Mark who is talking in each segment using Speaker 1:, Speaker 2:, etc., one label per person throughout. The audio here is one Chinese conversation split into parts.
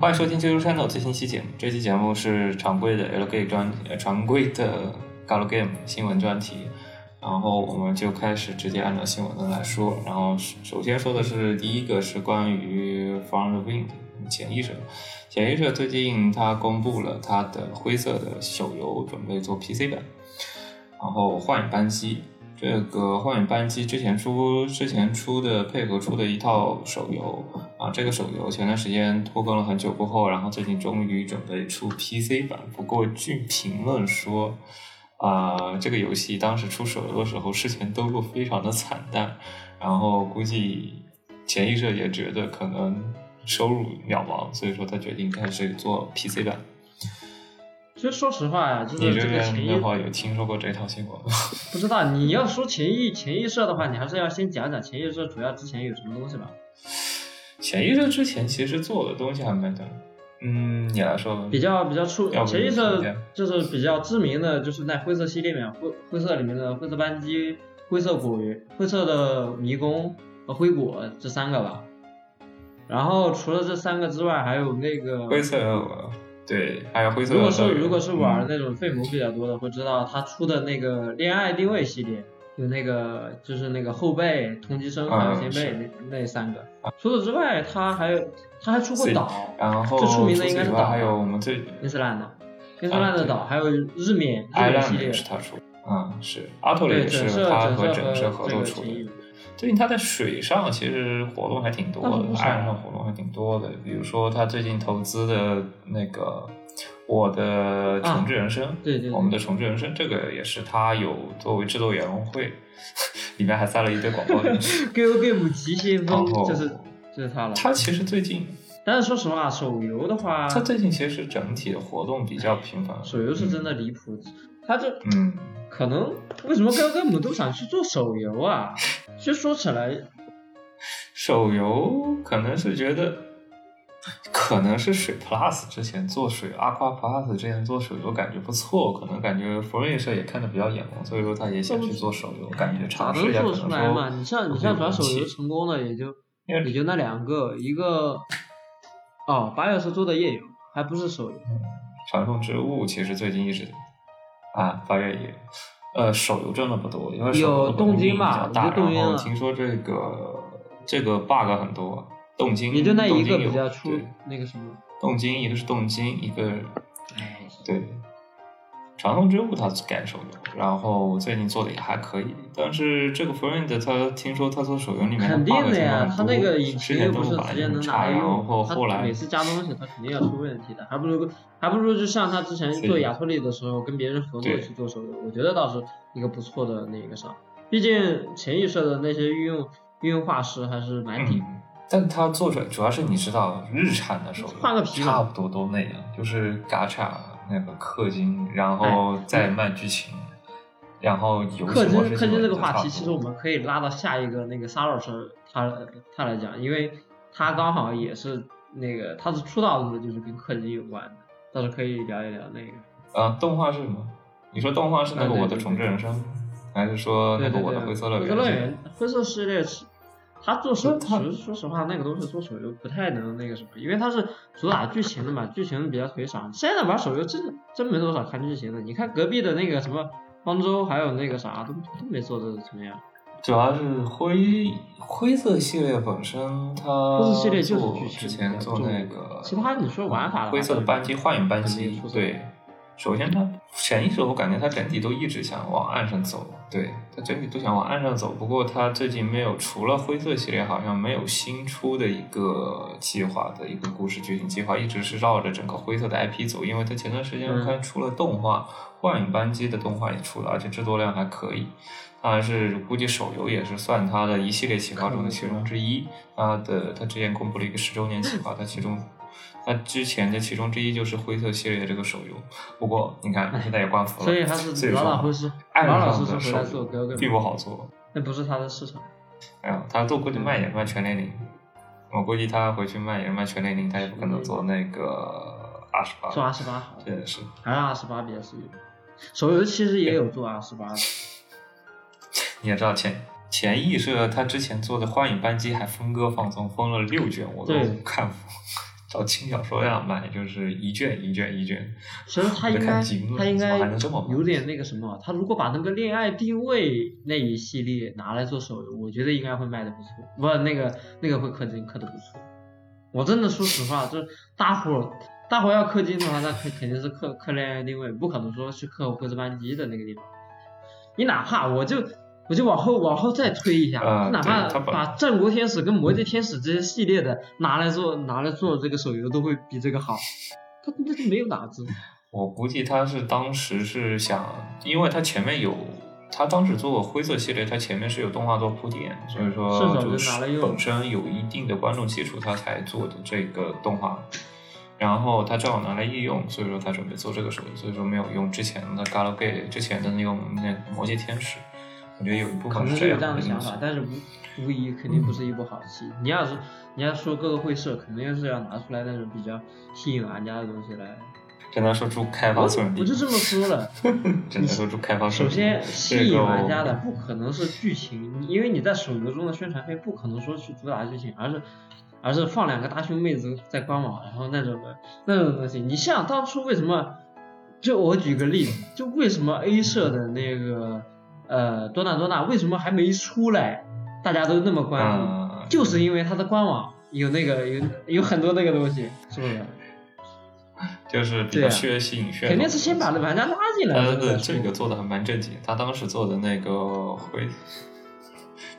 Speaker 1: 欢迎收听《啾啾 channel》最新期节目。这期节目是常规的 LG 专呃常规的 Galo Game 新闻专题，然后我们就开始直接按照新闻的来说。然后首先说的是第一个是关于 From the Wind 潜意识。潜意识最近它公布了它的灰色的手游，准备做 PC 版。然后幻影扳机，这个幻影扳机之前出之前出的配合出的一套手游啊，这个手游前段时间拖更了很久过后，然后最近终于准备出 PC 版。不过据评论说，啊、这个游戏当时出手游的时候，事前登录非常的惨淡，然后估计潜意识也觉得可能收入渺茫，所以说他决定开始做 PC 版。
Speaker 2: 其实说实话呀，就
Speaker 1: 你
Speaker 2: 是
Speaker 1: 这
Speaker 2: 这个
Speaker 1: 边
Speaker 2: 潜
Speaker 1: 的
Speaker 2: 意
Speaker 1: 话有听说过这套新闻吗？
Speaker 2: 不知道你要说潜意潜意识的话，你还是要先讲讲潜意识主要之前有什么东西吧。
Speaker 1: 潜意识之前其实做的东西还蛮多的，嗯，你来说吧。
Speaker 2: 比较比较出
Speaker 1: 要不
Speaker 2: 潜意识
Speaker 1: 你先
Speaker 2: 就是比较知名的，就是在灰色系列里面灰灰色里面的灰色扳机、灰色果园、灰色的迷宫和灰果这三个吧。然后除了这三个之外，还有那个
Speaker 1: 灰色，对，还有灰色的
Speaker 2: 如果
Speaker 1: 乐
Speaker 2: 是
Speaker 1: 园
Speaker 2: 如果是玩
Speaker 1: 嗯
Speaker 2: 那种费姆比较多的，会知道他出的那个恋爱定位系列，有那个就是那个后背、同级生、
Speaker 1: 啊
Speaker 2: 反前辈那那三个。除此之外，他还有他还出过
Speaker 1: 所以
Speaker 2: 岛，
Speaker 1: 嗯然后
Speaker 2: 最出名的
Speaker 1: 除此
Speaker 2: 应该是
Speaker 1: 以外
Speaker 2: 岛
Speaker 1: 还有我们最
Speaker 2: 英斯兰的，英斯兰
Speaker 1: 啊
Speaker 2: 的岛，还有日缅日
Speaker 1: i l
Speaker 2: 缅
Speaker 1: a n
Speaker 2: 系
Speaker 1: d
Speaker 2: 列
Speaker 1: 也，是他出的，嗯，是阿托雷
Speaker 2: 对
Speaker 1: 也是
Speaker 2: 整社
Speaker 1: 他和
Speaker 2: 整
Speaker 1: 整
Speaker 2: 社
Speaker 1: 社合
Speaker 2: 这
Speaker 1: 作
Speaker 2: 个
Speaker 1: 出
Speaker 2: 提
Speaker 1: 的
Speaker 2: 议。。
Speaker 1: 最近他在水上其实活动还挺多
Speaker 2: 那不
Speaker 1: 的，
Speaker 2: 少
Speaker 1: 岸上活动还挺多的。比如说他最近投资的那个《我的重置人生》
Speaker 2: 啊对对对
Speaker 1: 我们的重置人生这个也是他有作为制作委员会， 里面还塞了一堆广告进去。
Speaker 2: Go Game 极先
Speaker 1: 然
Speaker 2: 锋
Speaker 1: 后
Speaker 2: 就是就是他了。
Speaker 1: 他其实最近，
Speaker 2: 但是说实话，手游的话，
Speaker 1: 他最近其实整体的活动比较频繁。
Speaker 2: 手游是真的离谱，他这
Speaker 1: 嗯，
Speaker 2: 可能为什么哥哥们都想去做手游啊？其实说起来，
Speaker 1: 手游可能是觉得，可能是水 Plus 之前做水，Aqua Plus 之前做手游感觉不错，可能感觉 Free 社也看得比较眼红，所以说他也想去做手游，感觉
Speaker 2: 咋
Speaker 1: 尝试
Speaker 2: 能
Speaker 1: 一下。
Speaker 2: 做
Speaker 1: 可
Speaker 2: 出
Speaker 1: 能
Speaker 2: 来嘛？
Speaker 1: 说
Speaker 2: 你像你像主要手游成功的也就
Speaker 1: 因为
Speaker 2: 也就那两个，一个哦八月时做的夜游，还不是手游。
Speaker 1: 传送之物其实最近一直啊八月也，呃，手游真的不多，因为手游
Speaker 2: 有
Speaker 1: 的
Speaker 2: 动
Speaker 1: 比
Speaker 2: 金
Speaker 1: 较
Speaker 2: 吧
Speaker 1: 大
Speaker 2: 有动金
Speaker 1: 然后
Speaker 2: 啊
Speaker 1: 听说这个这个 bug 很多，动金
Speaker 2: 也就那一个
Speaker 1: 动金有
Speaker 2: 比较出
Speaker 1: 对
Speaker 2: 那个什么，
Speaker 1: 动金一个是动金，一个
Speaker 2: 哎，
Speaker 1: 对，长空之物它改手游，然后最近做的也还可以，但是这个 Friend 他听说他做手游里面
Speaker 2: 肯定
Speaker 1: bug
Speaker 2: 的
Speaker 1: 情况
Speaker 2: 呀
Speaker 1: 很，
Speaker 2: 他
Speaker 1: 多
Speaker 2: 那个引
Speaker 1: 之
Speaker 2: 擎
Speaker 1: 前
Speaker 2: 又
Speaker 1: 都
Speaker 2: 不是
Speaker 1: 本来
Speaker 2: 直
Speaker 1: 就
Speaker 2: 接
Speaker 1: 很
Speaker 2: 能
Speaker 1: 差，
Speaker 2: 拿来
Speaker 1: 然后
Speaker 2: 用，
Speaker 1: 后
Speaker 2: 他
Speaker 1: 来嗯
Speaker 2: 每次加东西他肯定要出问题的，还不如还不如就像他之前
Speaker 1: 所以
Speaker 2: 做亚托利的时候跟别人合作
Speaker 1: 对
Speaker 2: 去做手游，我觉得倒是一个不错的那个啥，毕竟潜意识的那些运用运用画师还是蛮顶
Speaker 1: 嗯。但他做出来主要是你知道，日产的手游
Speaker 2: 换个皮嘛
Speaker 1: 差不多都那样，就是嘎嚓那个氪金，然后再卖剧情，然后游戏
Speaker 2: 哎嗯氪金
Speaker 1: 模式
Speaker 2: 氪金这个
Speaker 1: 就差
Speaker 2: 话
Speaker 1: 不
Speaker 2: 题，其实
Speaker 1: 多
Speaker 2: 我们可以拉到下一个那个沙老师他他来讲，因为他刚好也是那个他是出道的就是跟氪金有关的，倒是可以聊一聊那个。
Speaker 1: 啊，动画是什么？你说动画是那
Speaker 2: 啊
Speaker 1: 个
Speaker 2: 对
Speaker 1: 我的
Speaker 2: 对
Speaker 1: 重置
Speaker 2: 对
Speaker 1: 人生，还是说那个
Speaker 2: 对对对，
Speaker 1: 我的灰色乐
Speaker 2: 乐
Speaker 1: 园？
Speaker 2: 园，灰色系列是，他做手，
Speaker 1: 不它
Speaker 2: 其实说实话，那个东西做手游不太能那个什么，因为它是主打剧情的嘛，剧情比较腿长。现在玩手游真的真没多少看剧情的，你看隔壁的那个什么方舟，还有那个啥都都没做的怎么样。
Speaker 1: 主要是灰灰色系列本身，它
Speaker 2: 灰色系列就是
Speaker 1: 做
Speaker 2: 剧
Speaker 1: 之
Speaker 2: 情
Speaker 1: 前做那个，
Speaker 2: 其他你说玩法的话
Speaker 1: 灰色的扳机、幻影扳
Speaker 2: 肯
Speaker 1: 机
Speaker 2: 定出，色
Speaker 1: 对，首先它潜意识我感觉它整体都一直想往岸上走，对，它整体都想往岸上走。不过它最近没有，除了灰色系列，好像没有新出的一个计划的一个故事剧情计划，一直是绕着整个灰色的 IP 走。因为它前段时间
Speaker 2: 嗯
Speaker 1: 我看出了动画，幻影扳机》的动画也出了，而且制作量还可以。当然是估计手游也是算它的一系列企划中的其中之一。它的它之前公布了一个十周年企划，它其中它之前的其中之一就是灰色系列这个手游。不过你看现在也关服了，
Speaker 2: 所以还是
Speaker 1: 所以
Speaker 2: 老老
Speaker 1: 说
Speaker 2: 实实，
Speaker 1: 爱
Speaker 2: 老老
Speaker 1: 上
Speaker 2: 实实
Speaker 1: 的
Speaker 2: 回
Speaker 1: 手
Speaker 2: 来做
Speaker 1: 游
Speaker 2: g o g
Speaker 1: 并不好做。
Speaker 2: 那不是他的市场。
Speaker 1: 哎呀，他做估计卖也卖全年龄，我估计他回去卖也卖全年龄，他也不可能做那个二十八。
Speaker 2: 做二十八好了，
Speaker 1: 真的是，
Speaker 2: 还是二十八比较适用。手游其实也有做二十八的，
Speaker 1: 你也知道前前艺社他之前做的《幻影扳机》还分割放松，分了六卷，我都
Speaker 2: 对
Speaker 1: 看过。 找轻小说样买，就是一卷一卷一卷。
Speaker 2: 其实他
Speaker 1: 我
Speaker 2: 应
Speaker 1: 就
Speaker 2: 该
Speaker 1: 看惊了
Speaker 2: 他应
Speaker 1: 怎
Speaker 2: 该
Speaker 1: 么还能这么慢
Speaker 2: 有点那个什么，他如果把那个恋爱定位那一系列拿来做手游，我觉得应该会卖的不错，不那个那个会氪金氪的不错。我真的说实话，就是大伙儿大伙儿要氪金的话，那肯肯定是氪氪恋爱定位，不可能说去氪灰色班机的那个地方。你哪怕我就我就往后往后再推一下，
Speaker 1: 啊
Speaker 2: 就哪
Speaker 1: 对
Speaker 2: 怕
Speaker 1: 他把
Speaker 2: 把战国天使跟魔界天使这些系列的拿来做拿来做这个手游，都会比这个好。他那是没有脑子。
Speaker 1: 我估计他是当时是想，因为他前面有，他当时做灰色系列，他前面是有动画做铺垫，所以
Speaker 2: 是
Speaker 1: 说
Speaker 2: 的
Speaker 1: 就
Speaker 2: 拿来
Speaker 1: 是
Speaker 2: 用
Speaker 1: 本身有一定的观众基础，他才做的这个动画。然后他正好拿来应用，所以说他准备做这个手游，所以说没有用之前的《g a l g a 之前的那种那个魔界天使，我觉得有一部
Speaker 2: 可
Speaker 1: 分
Speaker 2: 能
Speaker 1: 是
Speaker 2: 是有
Speaker 1: 样
Speaker 2: 这样
Speaker 1: 的
Speaker 2: 的想
Speaker 1: 因
Speaker 2: 法
Speaker 1: 素，。
Speaker 2: 但是无无疑肯定不是一部好戏。你要是你要说各个会社，肯定是要拿出来那种比较吸引玩家的东西来。
Speaker 1: 只能说出开
Speaker 2: 我
Speaker 1: 发顺利
Speaker 2: 我，就这么说了，
Speaker 1: 只能说出开发顺
Speaker 2: 首
Speaker 1: 利。
Speaker 2: 先吸
Speaker 1: 这
Speaker 2: 引
Speaker 1: 个
Speaker 2: 玩家的不可能是剧情，因为你在手游中的宣传片不可能说去主打剧情，而是。而是放两个大胸妹子在官网，然后那种的那种东西，你像当初为什么？就我举个例子，就为什么 A 社的那个呃多纳多纳为什么还没出来，大家都那么关注？
Speaker 1: 嗯，
Speaker 2: 就是因为它的官网有那个有有很多那个东西，是不是？
Speaker 1: 就是比
Speaker 2: 对
Speaker 1: 较
Speaker 2: 啊
Speaker 1: 缺吸引噱头，
Speaker 2: 肯定是先把玩家拉 进来
Speaker 1: 他
Speaker 2: 了。
Speaker 1: 的
Speaker 2: 是
Speaker 1: 呃这
Speaker 2: 不是
Speaker 1: 个做的还蛮正经，他当时做的那个会，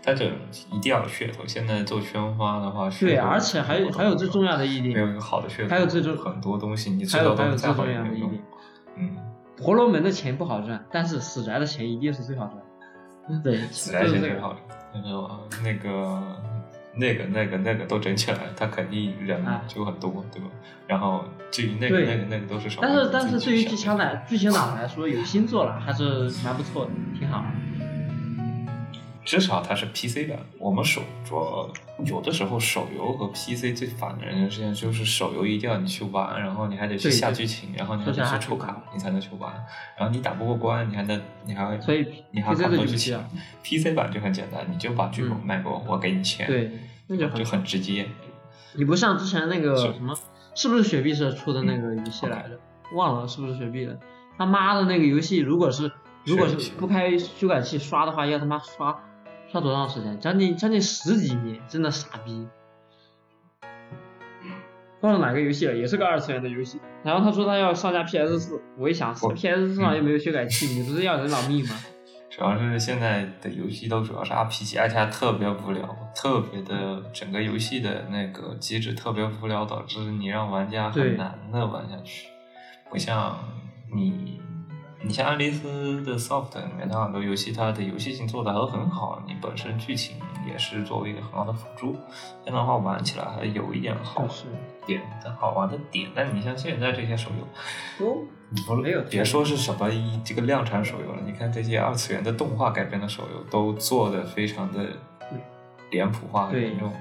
Speaker 1: 他这一定要有噱头。现在做宣发的话，
Speaker 2: 对，
Speaker 1: 噱头
Speaker 2: 而且还有还有最重要的一
Speaker 1: 没有一
Speaker 2: 点，
Speaker 1: 个好的噱头，
Speaker 2: 还有最重
Speaker 1: 很多东西你知
Speaker 2: 还有
Speaker 1: 道
Speaker 2: 还有
Speaker 1: 都
Speaker 2: 最
Speaker 1: 在好
Speaker 2: 重
Speaker 1: 里
Speaker 2: 要的
Speaker 1: 面
Speaker 2: 一
Speaker 1: 用
Speaker 2: 点，，
Speaker 1: 嗯，
Speaker 2: 婆罗门的钱不好赚，但是死宅的钱一定是最好赚。对，
Speaker 1: 死宅钱
Speaker 2: 就是这
Speaker 1: 最
Speaker 2: 个
Speaker 1: 好的，那个那个那个那个那个都整起来，他肯定人
Speaker 2: 啊
Speaker 1: 就很多，对吧？然后至于那个
Speaker 2: 对
Speaker 1: 那个那个都是少
Speaker 2: 但
Speaker 1: 数
Speaker 2: 是
Speaker 1: 自
Speaker 2: 但是
Speaker 1: 己
Speaker 2: 对于
Speaker 1: 想
Speaker 2: 剧情
Speaker 1: 的
Speaker 2: 来剧情党来说，有新作了还是蛮不错的，挺好。
Speaker 1: 至少它是 PC 版。我们手着有的时候手游和 PC 最烦的人的事情就是手游一定要你去玩，然后你还得去
Speaker 2: 对
Speaker 1: 下
Speaker 2: 对
Speaker 1: 剧情，然后你还
Speaker 2: 就
Speaker 1: 得
Speaker 2: 是
Speaker 1: 去
Speaker 2: 还
Speaker 1: 抽
Speaker 2: 得
Speaker 1: 卡，你才能去玩。然后你打不过关，你还能你还会
Speaker 2: 所以
Speaker 1: 你还
Speaker 2: PC
Speaker 1: 看不
Speaker 2: 的
Speaker 1: 到
Speaker 2: 游
Speaker 1: 剧
Speaker 2: 戏
Speaker 1: 情
Speaker 2: 啊。
Speaker 1: PC 版就很简单，你就把剧本
Speaker 2: 嗯
Speaker 1: 卖给我，我给你钱，
Speaker 2: 对，那就
Speaker 1: 就
Speaker 2: 很好。
Speaker 1: 很直接。
Speaker 2: 你不像之前那个
Speaker 1: 是
Speaker 2: 什么，是不是雪碧社出的那个游戏来着？忘了是不是雪碧的？他妈的那个游戏，如果是如果
Speaker 1: 是
Speaker 2: 是
Speaker 1: 是
Speaker 2: 不开修改器刷的话，要他妈刷刷多长时间？将近将近十几年，真的傻逼。忘了哪个游戏了，也是个二次元的游戏。然后他说他要上架 PS 四，我一想
Speaker 1: 我
Speaker 2: ，PS 四上又没有修改器，你不是要人老命吗？
Speaker 1: 主要是现在的游戏都主要是 RPG，而且还特别无聊，特别的整个游戏的那个机制特别无聊，导致你让玩家
Speaker 2: 对
Speaker 1: 很难的玩下去。不像你，你像爱丽丝的 Soft 里面，它很多游戏它的游戏性做的还很好，你本身剧情也是作为一个很好的辅助，这样的话玩起来还有一点好
Speaker 2: 是
Speaker 1: 点的好玩的点。但你像现在这些手游，
Speaker 2: 都
Speaker 1: 你不
Speaker 2: 哦没有
Speaker 1: 别说是什么一这个量产手游了，你看这些二次元的动画改编的手游都做的非常的脸谱化
Speaker 2: 对
Speaker 1: 运用，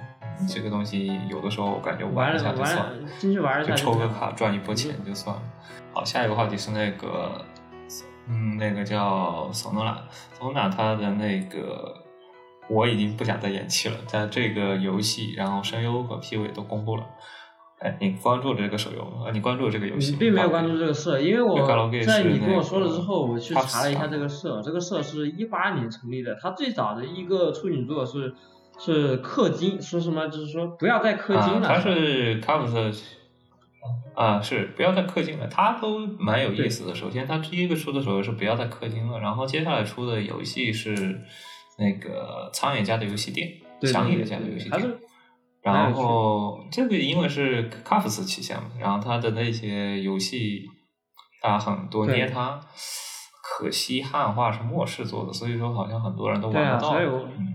Speaker 1: 这个东西有的时候我感觉
Speaker 2: 玩
Speaker 1: 玩一
Speaker 2: 了
Speaker 1: 下就
Speaker 2: 玩
Speaker 1: 算
Speaker 2: 了
Speaker 1: 了，，
Speaker 2: 进去玩一
Speaker 1: 就
Speaker 2: 下
Speaker 1: 抽个
Speaker 2: 看
Speaker 1: 卡赚一波钱就算了。好，下一个话题是那个，嗯，那个叫索诺拉，索诺拉他的那个。我已经不想再延期了，在这个游戏，然后声优和 PV 都公布了。哎，你关注了这个手游吗？呃，你关注了这个游戏
Speaker 2: 你
Speaker 1: 吗？
Speaker 2: 并没有
Speaker 1: 大
Speaker 2: 关
Speaker 1: 概
Speaker 2: 注这个社，因为
Speaker 1: 对
Speaker 2: 我
Speaker 1: ，Karaoke
Speaker 2: 在
Speaker 1: 是
Speaker 2: 你
Speaker 1: 那
Speaker 2: 跟我
Speaker 1: 个
Speaker 2: 说了之后，我去
Speaker 1: 他
Speaker 2: 查了一下
Speaker 1: 死
Speaker 2: 这个社，这个社是一八年成立的，它最早的一个处女作是是氪金，说什么就是说不要再氪金了，哦
Speaker 1: 啊、他是卡普特啊，是不要再氪金了，它都蛮有意思的。首先，它第一个出的手游是不要再氪金了，然后接下来出的游戏是那个苍野家的游戏店，
Speaker 2: 对对
Speaker 1: 长野
Speaker 2: 对
Speaker 1: 家的
Speaker 2: 对
Speaker 1: 游戏
Speaker 2: 还
Speaker 1: 店
Speaker 2: 是。蛮有
Speaker 1: 然
Speaker 2: 趣
Speaker 1: 后这个因为是卡夫斯旗下嘛，然后它的那些游戏，它很多
Speaker 2: 对
Speaker 1: 捏它，可惜汉化是末世做的，所以说好像很多人都
Speaker 2: 对
Speaker 1: 玩
Speaker 2: 啊，
Speaker 1: 不到。
Speaker 2: 所以我
Speaker 1: 嗯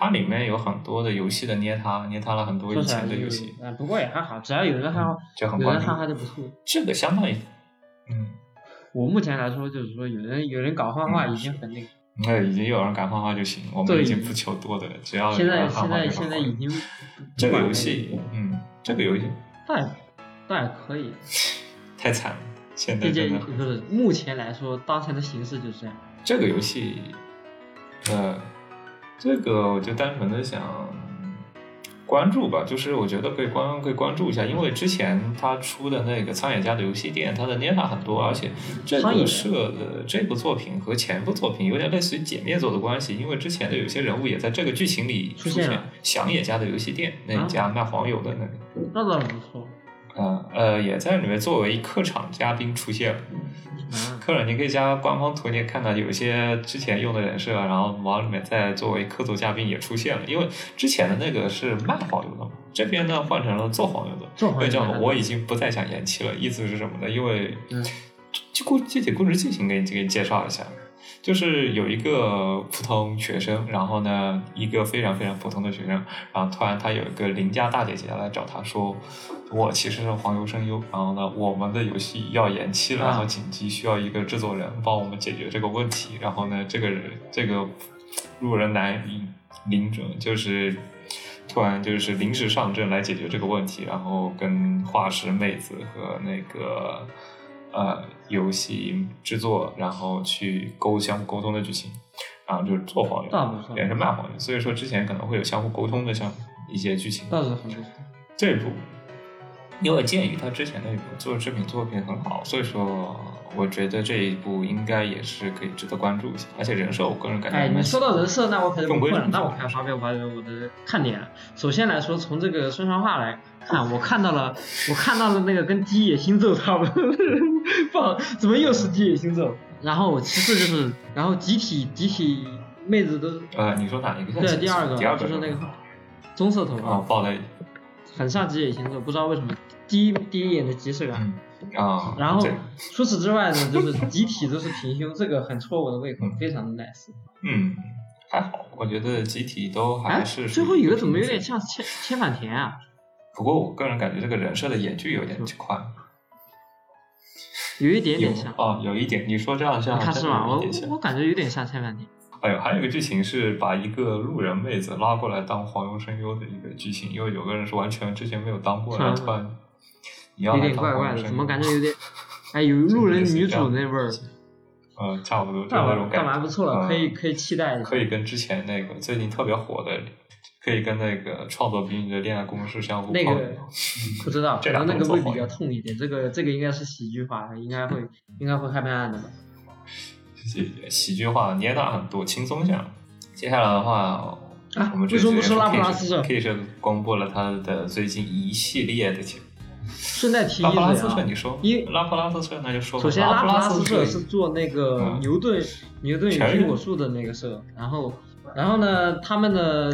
Speaker 1: 它里面有很多的游戏的捏它，捏它了很多以
Speaker 2: 说起来
Speaker 1: 前的
Speaker 2: 就
Speaker 1: 游戏，
Speaker 2: 啊，不过也还好，只要有人哈哈，
Speaker 1: 就很
Speaker 2: 有人
Speaker 1: 关
Speaker 2: 哈哈
Speaker 1: 注。
Speaker 2: 就不错。
Speaker 1: 这个相当于，嗯，
Speaker 2: 我目前来说就是说，有人有人搞画画
Speaker 1: 嗯
Speaker 2: 已经很那个，
Speaker 1: 那已经有人敢画画就行，我们
Speaker 2: 对
Speaker 1: 已经不求多的了，只要有
Speaker 2: 现
Speaker 1: 人
Speaker 2: 在
Speaker 1: 画
Speaker 2: 现
Speaker 1: 画
Speaker 2: 在
Speaker 1: 就好
Speaker 2: 现在已经
Speaker 1: 这个游戏，嗯，这个游戏
Speaker 2: 倒也倒也可以，
Speaker 1: 太惨了，现在
Speaker 2: 毕
Speaker 1: 真
Speaker 2: 竟
Speaker 1: 的
Speaker 2: 不是目前来说，当前的形势就是这样。
Speaker 1: 这个游戏，呃，这个我就单纯的想关注吧，就是我觉得可以关可以关注一下，因为之前他出的那个苍野家的游戏店，他的捏塔很多，而且这
Speaker 2: 苍野
Speaker 1: 个社的这部作品和前部作品有点类似于解密作的关系，因为之前的有些人物也在这个剧情里
Speaker 2: 出
Speaker 1: 出
Speaker 2: 现
Speaker 1: 现，
Speaker 2: 了
Speaker 1: 响野家的游戏店那一家卖黄油的那个。
Speaker 2: 那倒是不错
Speaker 1: 嗯呃，也在里面作为客场嘉宾出现了。
Speaker 2: 啊，
Speaker 1: 客人，你可以加官方图，你也看到有一些之前用的人设，啊然后往里面再作为客座嘉宾也出现了。因为之前的那个是卖黄油的嘛，这边呢换成了做黄油的。
Speaker 2: 这
Speaker 1: 所
Speaker 2: 回
Speaker 1: 以这样，我已
Speaker 2: 已
Speaker 1: 经不再想延期了。意思是什么呢？因为
Speaker 2: 嗯
Speaker 1: 这故具体故事剧情给你给你介绍一下，就是有一个普通学生，然后呢，一个非常非常普通的学生，然后突然他有一个邻家大姐姐来找他说，我其实是黄油声优，然后呢，我们的游戏要延期了，
Speaker 2: 啊
Speaker 1: 然后紧急需要一个制作人帮我们解决这个问题。然后呢，这个人这个路人男领领者就是突然就是临时上阵来解决这个问题，然后跟画师妹子和那个呃游戏制作，然后去沟相互沟通的剧情，然后就是做黄油，
Speaker 2: 倒不错，
Speaker 1: 也是卖黄油，所以说之前可能会有相互沟通的像一些剧情。啊
Speaker 2: 倒是很不错。
Speaker 1: 这部，因为鉴于他之前的一部做这品作品很好，所以说我觉得这一部应该也是可以值得关注一下。而且人设，我个人感觉
Speaker 2: 哎，
Speaker 1: 还蛮
Speaker 2: 你
Speaker 1: 喜
Speaker 2: 说
Speaker 1: 欢，
Speaker 2: 到人设，那我可
Speaker 1: 嗯
Speaker 2: 就不
Speaker 1: 更
Speaker 2: 困
Speaker 1: 规
Speaker 2: 了
Speaker 1: 整，
Speaker 2: 那我开始发表发表我的看点了。首先来说，从这个宣传画来看，我看到了，我看到了那个跟基野星咒差不多的人物，不好，怎么又是基野星咒？然后其次就是，然后集体集体妹子都
Speaker 1: 呃，你说哪一个？
Speaker 2: 对第二个
Speaker 1: 第二个
Speaker 2: 就是那个棕色头
Speaker 1: 啊
Speaker 2: 发，，
Speaker 1: 爆雷，
Speaker 2: 很像基野星咒，不知道为什么第一第一眼的即视感。
Speaker 1: 嗯啊，
Speaker 2: 然后
Speaker 1: 对
Speaker 2: 除此之外呢，就是集体都是平胸，这个很戳我的胃口，非常的 nice。
Speaker 1: 嗯，还好，我觉得集体都
Speaker 2: 哎
Speaker 1: 还，啊是、
Speaker 2: 最后一个怎么有点？像千千反田啊？
Speaker 1: 不过我个人感觉这个人设的演剧有点宽，
Speaker 2: 有一点
Speaker 1: 有
Speaker 2: 点像，啊
Speaker 1: 哦，有一点，你说这样像，
Speaker 2: 他
Speaker 1: 真
Speaker 2: 是
Speaker 1: 的
Speaker 2: 吗？
Speaker 1: 有
Speaker 2: 我
Speaker 1: 一点像
Speaker 2: 我感觉有点像千反田。
Speaker 1: 哎呦，还有一个剧情是把一个路人妹子拉过来当黄油声优的一个剧情，因为有个人是完全之前没有当过，
Speaker 2: 是吗
Speaker 1: 然后突然你要
Speaker 2: 有
Speaker 1: 来
Speaker 2: 点
Speaker 1: 当
Speaker 2: 怪怪
Speaker 1: 黄油
Speaker 2: 的，
Speaker 1: 声优，
Speaker 2: 怎么感觉有 点，哎，有路人女主那味儿。
Speaker 1: 嗯，差不多就
Speaker 2: 干
Speaker 1: 那
Speaker 2: 嘛
Speaker 1: 种感
Speaker 2: 干
Speaker 1: 觉。
Speaker 2: 嘛不错了，
Speaker 1: 嗯
Speaker 2: 可以可以期待一下
Speaker 1: 可。以跟之前那个最近特别火的，可以跟那个创作比你的恋爱公式相互
Speaker 2: 那
Speaker 1: 泡
Speaker 2: 个
Speaker 1: 影
Speaker 2: 不知道，可
Speaker 1: 这俩
Speaker 2: 能那个
Speaker 1: 动作
Speaker 2: 会
Speaker 1: 好
Speaker 2: 比较痛一点。这个这个应该是喜剧化，应该会应该会害怕的吧？
Speaker 1: 喜喜剧化捏大很多，轻松下。接下来的话，
Speaker 2: 啊
Speaker 1: 我们，这
Speaker 2: 为什
Speaker 1: 次
Speaker 2: 么不
Speaker 1: 也
Speaker 2: 说
Speaker 1: 是
Speaker 2: 拉普
Speaker 1: K
Speaker 2: 拉斯社？
Speaker 1: K 是公布了他的最近一系列的情
Speaker 2: 顺带提一
Speaker 1: 拉普拉
Speaker 2: 嘴
Speaker 1: 斯社，
Speaker 2: 啊，
Speaker 1: 你说
Speaker 2: 因
Speaker 1: 拉普拉斯社那就说吧
Speaker 2: 首先拉
Speaker 1: 普
Speaker 2: 普拉斯
Speaker 1: 斯
Speaker 2: 社是啊做那个
Speaker 1: 嗯
Speaker 2: 牛顿牛顿与苹果树的那个社，然后然后呢，他们的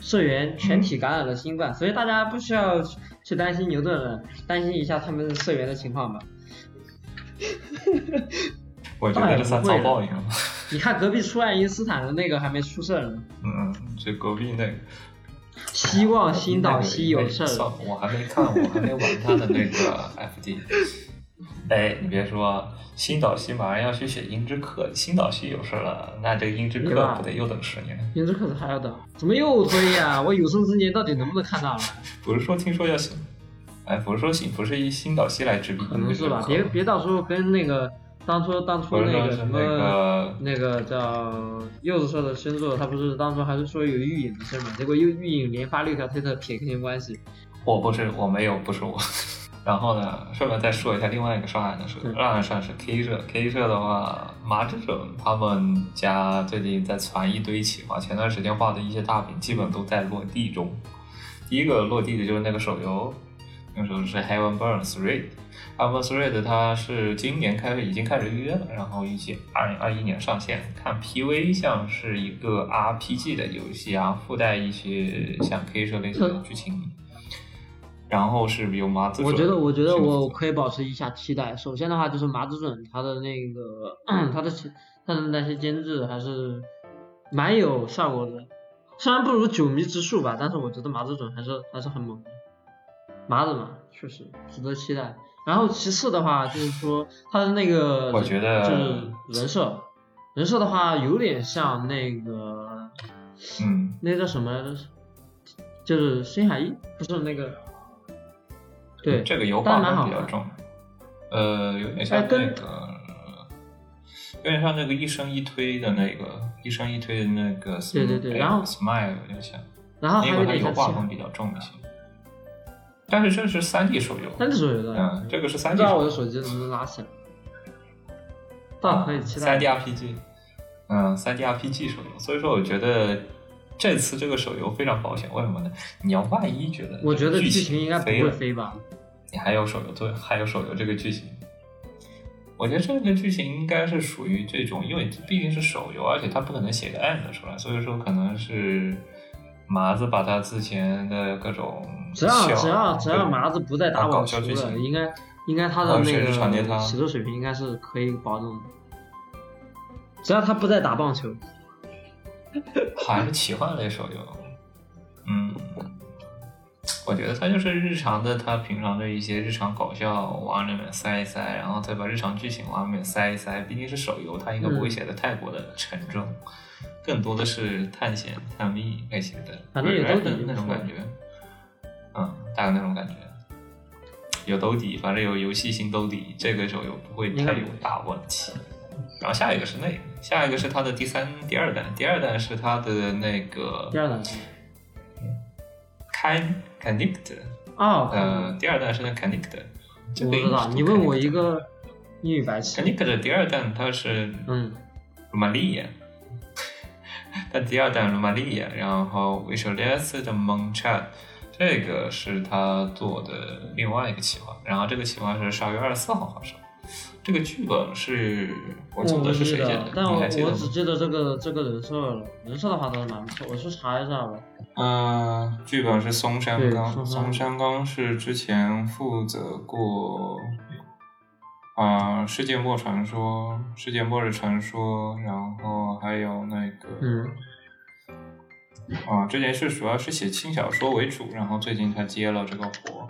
Speaker 2: 社员全体感染了新冠，所以大家不需要去担心牛顿了，担心一下他们社员的情况吧。
Speaker 1: 我觉得这算遭报应
Speaker 2: 哎
Speaker 1: 了。
Speaker 2: 你看隔壁出爱因斯坦的那个还没出事儿呢，
Speaker 1: 嗯，这隔壁那个
Speaker 2: 希 望新岛西有事
Speaker 1: 算
Speaker 2: 儿。
Speaker 1: 了呃我还没看，我还没玩他的那个 FD。哎，你别说，新岛西马上要去写《樱之客》，新岛西有事了，那这个《樱之客
Speaker 2: 对吧》
Speaker 1: 不得又等十年？
Speaker 2: 你这可是还要等，怎么又推呀、我有生之年到底能不能看到了？
Speaker 1: 不是说听说要写，哎，不是说新，不是一新岛西来执笔，
Speaker 2: 可能是吧，别别到时候跟那个当初嗯当初
Speaker 1: 不是
Speaker 2: 那
Speaker 1: 说
Speaker 2: 个
Speaker 1: 是
Speaker 2: 什么。
Speaker 1: 那个
Speaker 2: 那个叫柚子社的深作，他不是当初还是说有预影的事嘛，结果又预影连发六条推特撇清关系。
Speaker 1: 我不是，我没有，不是我。 然后呢，顺便再说一下另外一个上海的事，
Speaker 2: 对
Speaker 1: 上海上是 K 社，K 社的话，麻之者他们家最近在传一堆企划，前段时间画的一些大饼基本都在落地中。第一个落地的就是那个手游，那首是 Heaven Burns Red。Heaven Burns Red 它是今年开始已经开始预约了，然后预计二零二一年上线。看 PV 像是一个 RPG 的游戏啊，附带一些像 K 社类似的剧情。然后是有麻子准，
Speaker 2: 我觉得，我觉得
Speaker 1: 是麻子
Speaker 2: 我
Speaker 1: 准
Speaker 2: 可以保持一下期待。首先的话，就是麻子准他的那个他的他的那些监制还是蛮有效果的，虽然不如九迷之术吧，但是我觉得麻子准还是还是很猛的。麻子嘛，确实值得期待。然后其次的话，就是说他的那个，
Speaker 1: 我觉得
Speaker 2: 就是人设，人设的话有点像那个
Speaker 1: 嗯，
Speaker 2: 那个叫什么来着？就是新海一，不是那个，
Speaker 1: 嗯
Speaker 2: 对，
Speaker 1: 这个油画
Speaker 2: 但蛮
Speaker 1: 风
Speaker 2: 好
Speaker 1: 比较
Speaker 2: 看。
Speaker 1: 重，呃，有点像
Speaker 2: 哎
Speaker 1: 那
Speaker 2: 跟
Speaker 1: 个，有点像那个一生一推的那个一生一推的那个 smile，
Speaker 2: 对对对然后
Speaker 1: smile 有点像，
Speaker 2: 然后还
Speaker 1: 因为
Speaker 2: 有
Speaker 1: 它
Speaker 2: 点
Speaker 1: 油
Speaker 2: 像
Speaker 1: 画风
Speaker 2: 七，
Speaker 1: 比较重一些，但是这是三 D 手游，
Speaker 2: 但是手游的，
Speaker 1: 嗯，这个是
Speaker 2: 不
Speaker 1: 三
Speaker 2: 知
Speaker 1: D
Speaker 2: 道
Speaker 1: 手
Speaker 2: 我的
Speaker 1: 游，
Speaker 2: 手机能不能拉起来，倒可以期
Speaker 1: 三
Speaker 2: 待。
Speaker 1: D RPG，嗯，三 D RPG 手游，所以说我觉得。这次这个手游非常保险，为什么呢？你要万一觉得
Speaker 2: 我觉得
Speaker 1: 剧
Speaker 2: 剧情应该不
Speaker 1: 飞
Speaker 2: 会
Speaker 1: 了
Speaker 2: 飞吧？
Speaker 1: 你还有手游对，还有手游这个剧情。我觉得这个剧情应该是属于这种，因为毕竟是手游，而且他不可能写个案子出来，所以说可能是麻子把他之前的各种
Speaker 2: 只要
Speaker 1: 笑
Speaker 2: 只要只要
Speaker 1: 对
Speaker 2: 麻子不再打
Speaker 1: 搞
Speaker 2: 网球
Speaker 1: 笑剧
Speaker 2: 了，
Speaker 1: 情
Speaker 2: 应该应该他
Speaker 1: 还有
Speaker 2: 的那
Speaker 1: 谁是传接
Speaker 2: 个
Speaker 1: 他
Speaker 2: 写作水平应该是可以保证的。只要他不再打棒球，
Speaker 1: 还是奇幻类手游，嗯，我觉得它就是日常的，它平常的一些日常搞笑往里面塞一塞，然后再把日常剧情往里面塞一塞。毕竟是手游，它应该不会写的太过的沉重，更多的是探险、探秘类型的，
Speaker 2: 反正有兜底
Speaker 1: 那那种感觉，嗯，大概那种感觉。有兜底，反正有游戏性兜底，这个手游不会太有大问题。然后下一个是那个，下一个是它的第三、第二弹，第二弹是它的那个
Speaker 2: 第二弹
Speaker 1: Can Connect，
Speaker 2: 哦，
Speaker 1: 呃，第二弹是那 Connect，这
Speaker 2: 我
Speaker 1: 个
Speaker 2: 知道，你问我一个英语白痴，
Speaker 1: Connect 的第二弹，它是
Speaker 2: 嗯，
Speaker 1: Maria，它第二弹是 Maria，然后 Visualize 的 Monchat，这个是他做的另外一个企划，然后这个企划是十二月二十四号发售。这个剧本是我记
Speaker 2: 不
Speaker 1: 得是
Speaker 2: 记
Speaker 1: 谁
Speaker 2: 得
Speaker 1: 写
Speaker 2: 了
Speaker 1: 的，，
Speaker 2: 但
Speaker 1: 你
Speaker 2: 我
Speaker 1: 还记得
Speaker 2: 我
Speaker 1: 吗
Speaker 2: 只记得这个这个人设了，人设的话倒是蛮不错，我去查一下吧。
Speaker 1: 嗯，剧本是松山
Speaker 2: 对
Speaker 1: 刚，
Speaker 2: 松山
Speaker 1: 松山刚是之前负责过啊、世界末传说》《世界末日传说》，然后还有那个
Speaker 2: 嗯，
Speaker 1: 啊、之前是主要是写轻小说为主，然后最近他接了这个活，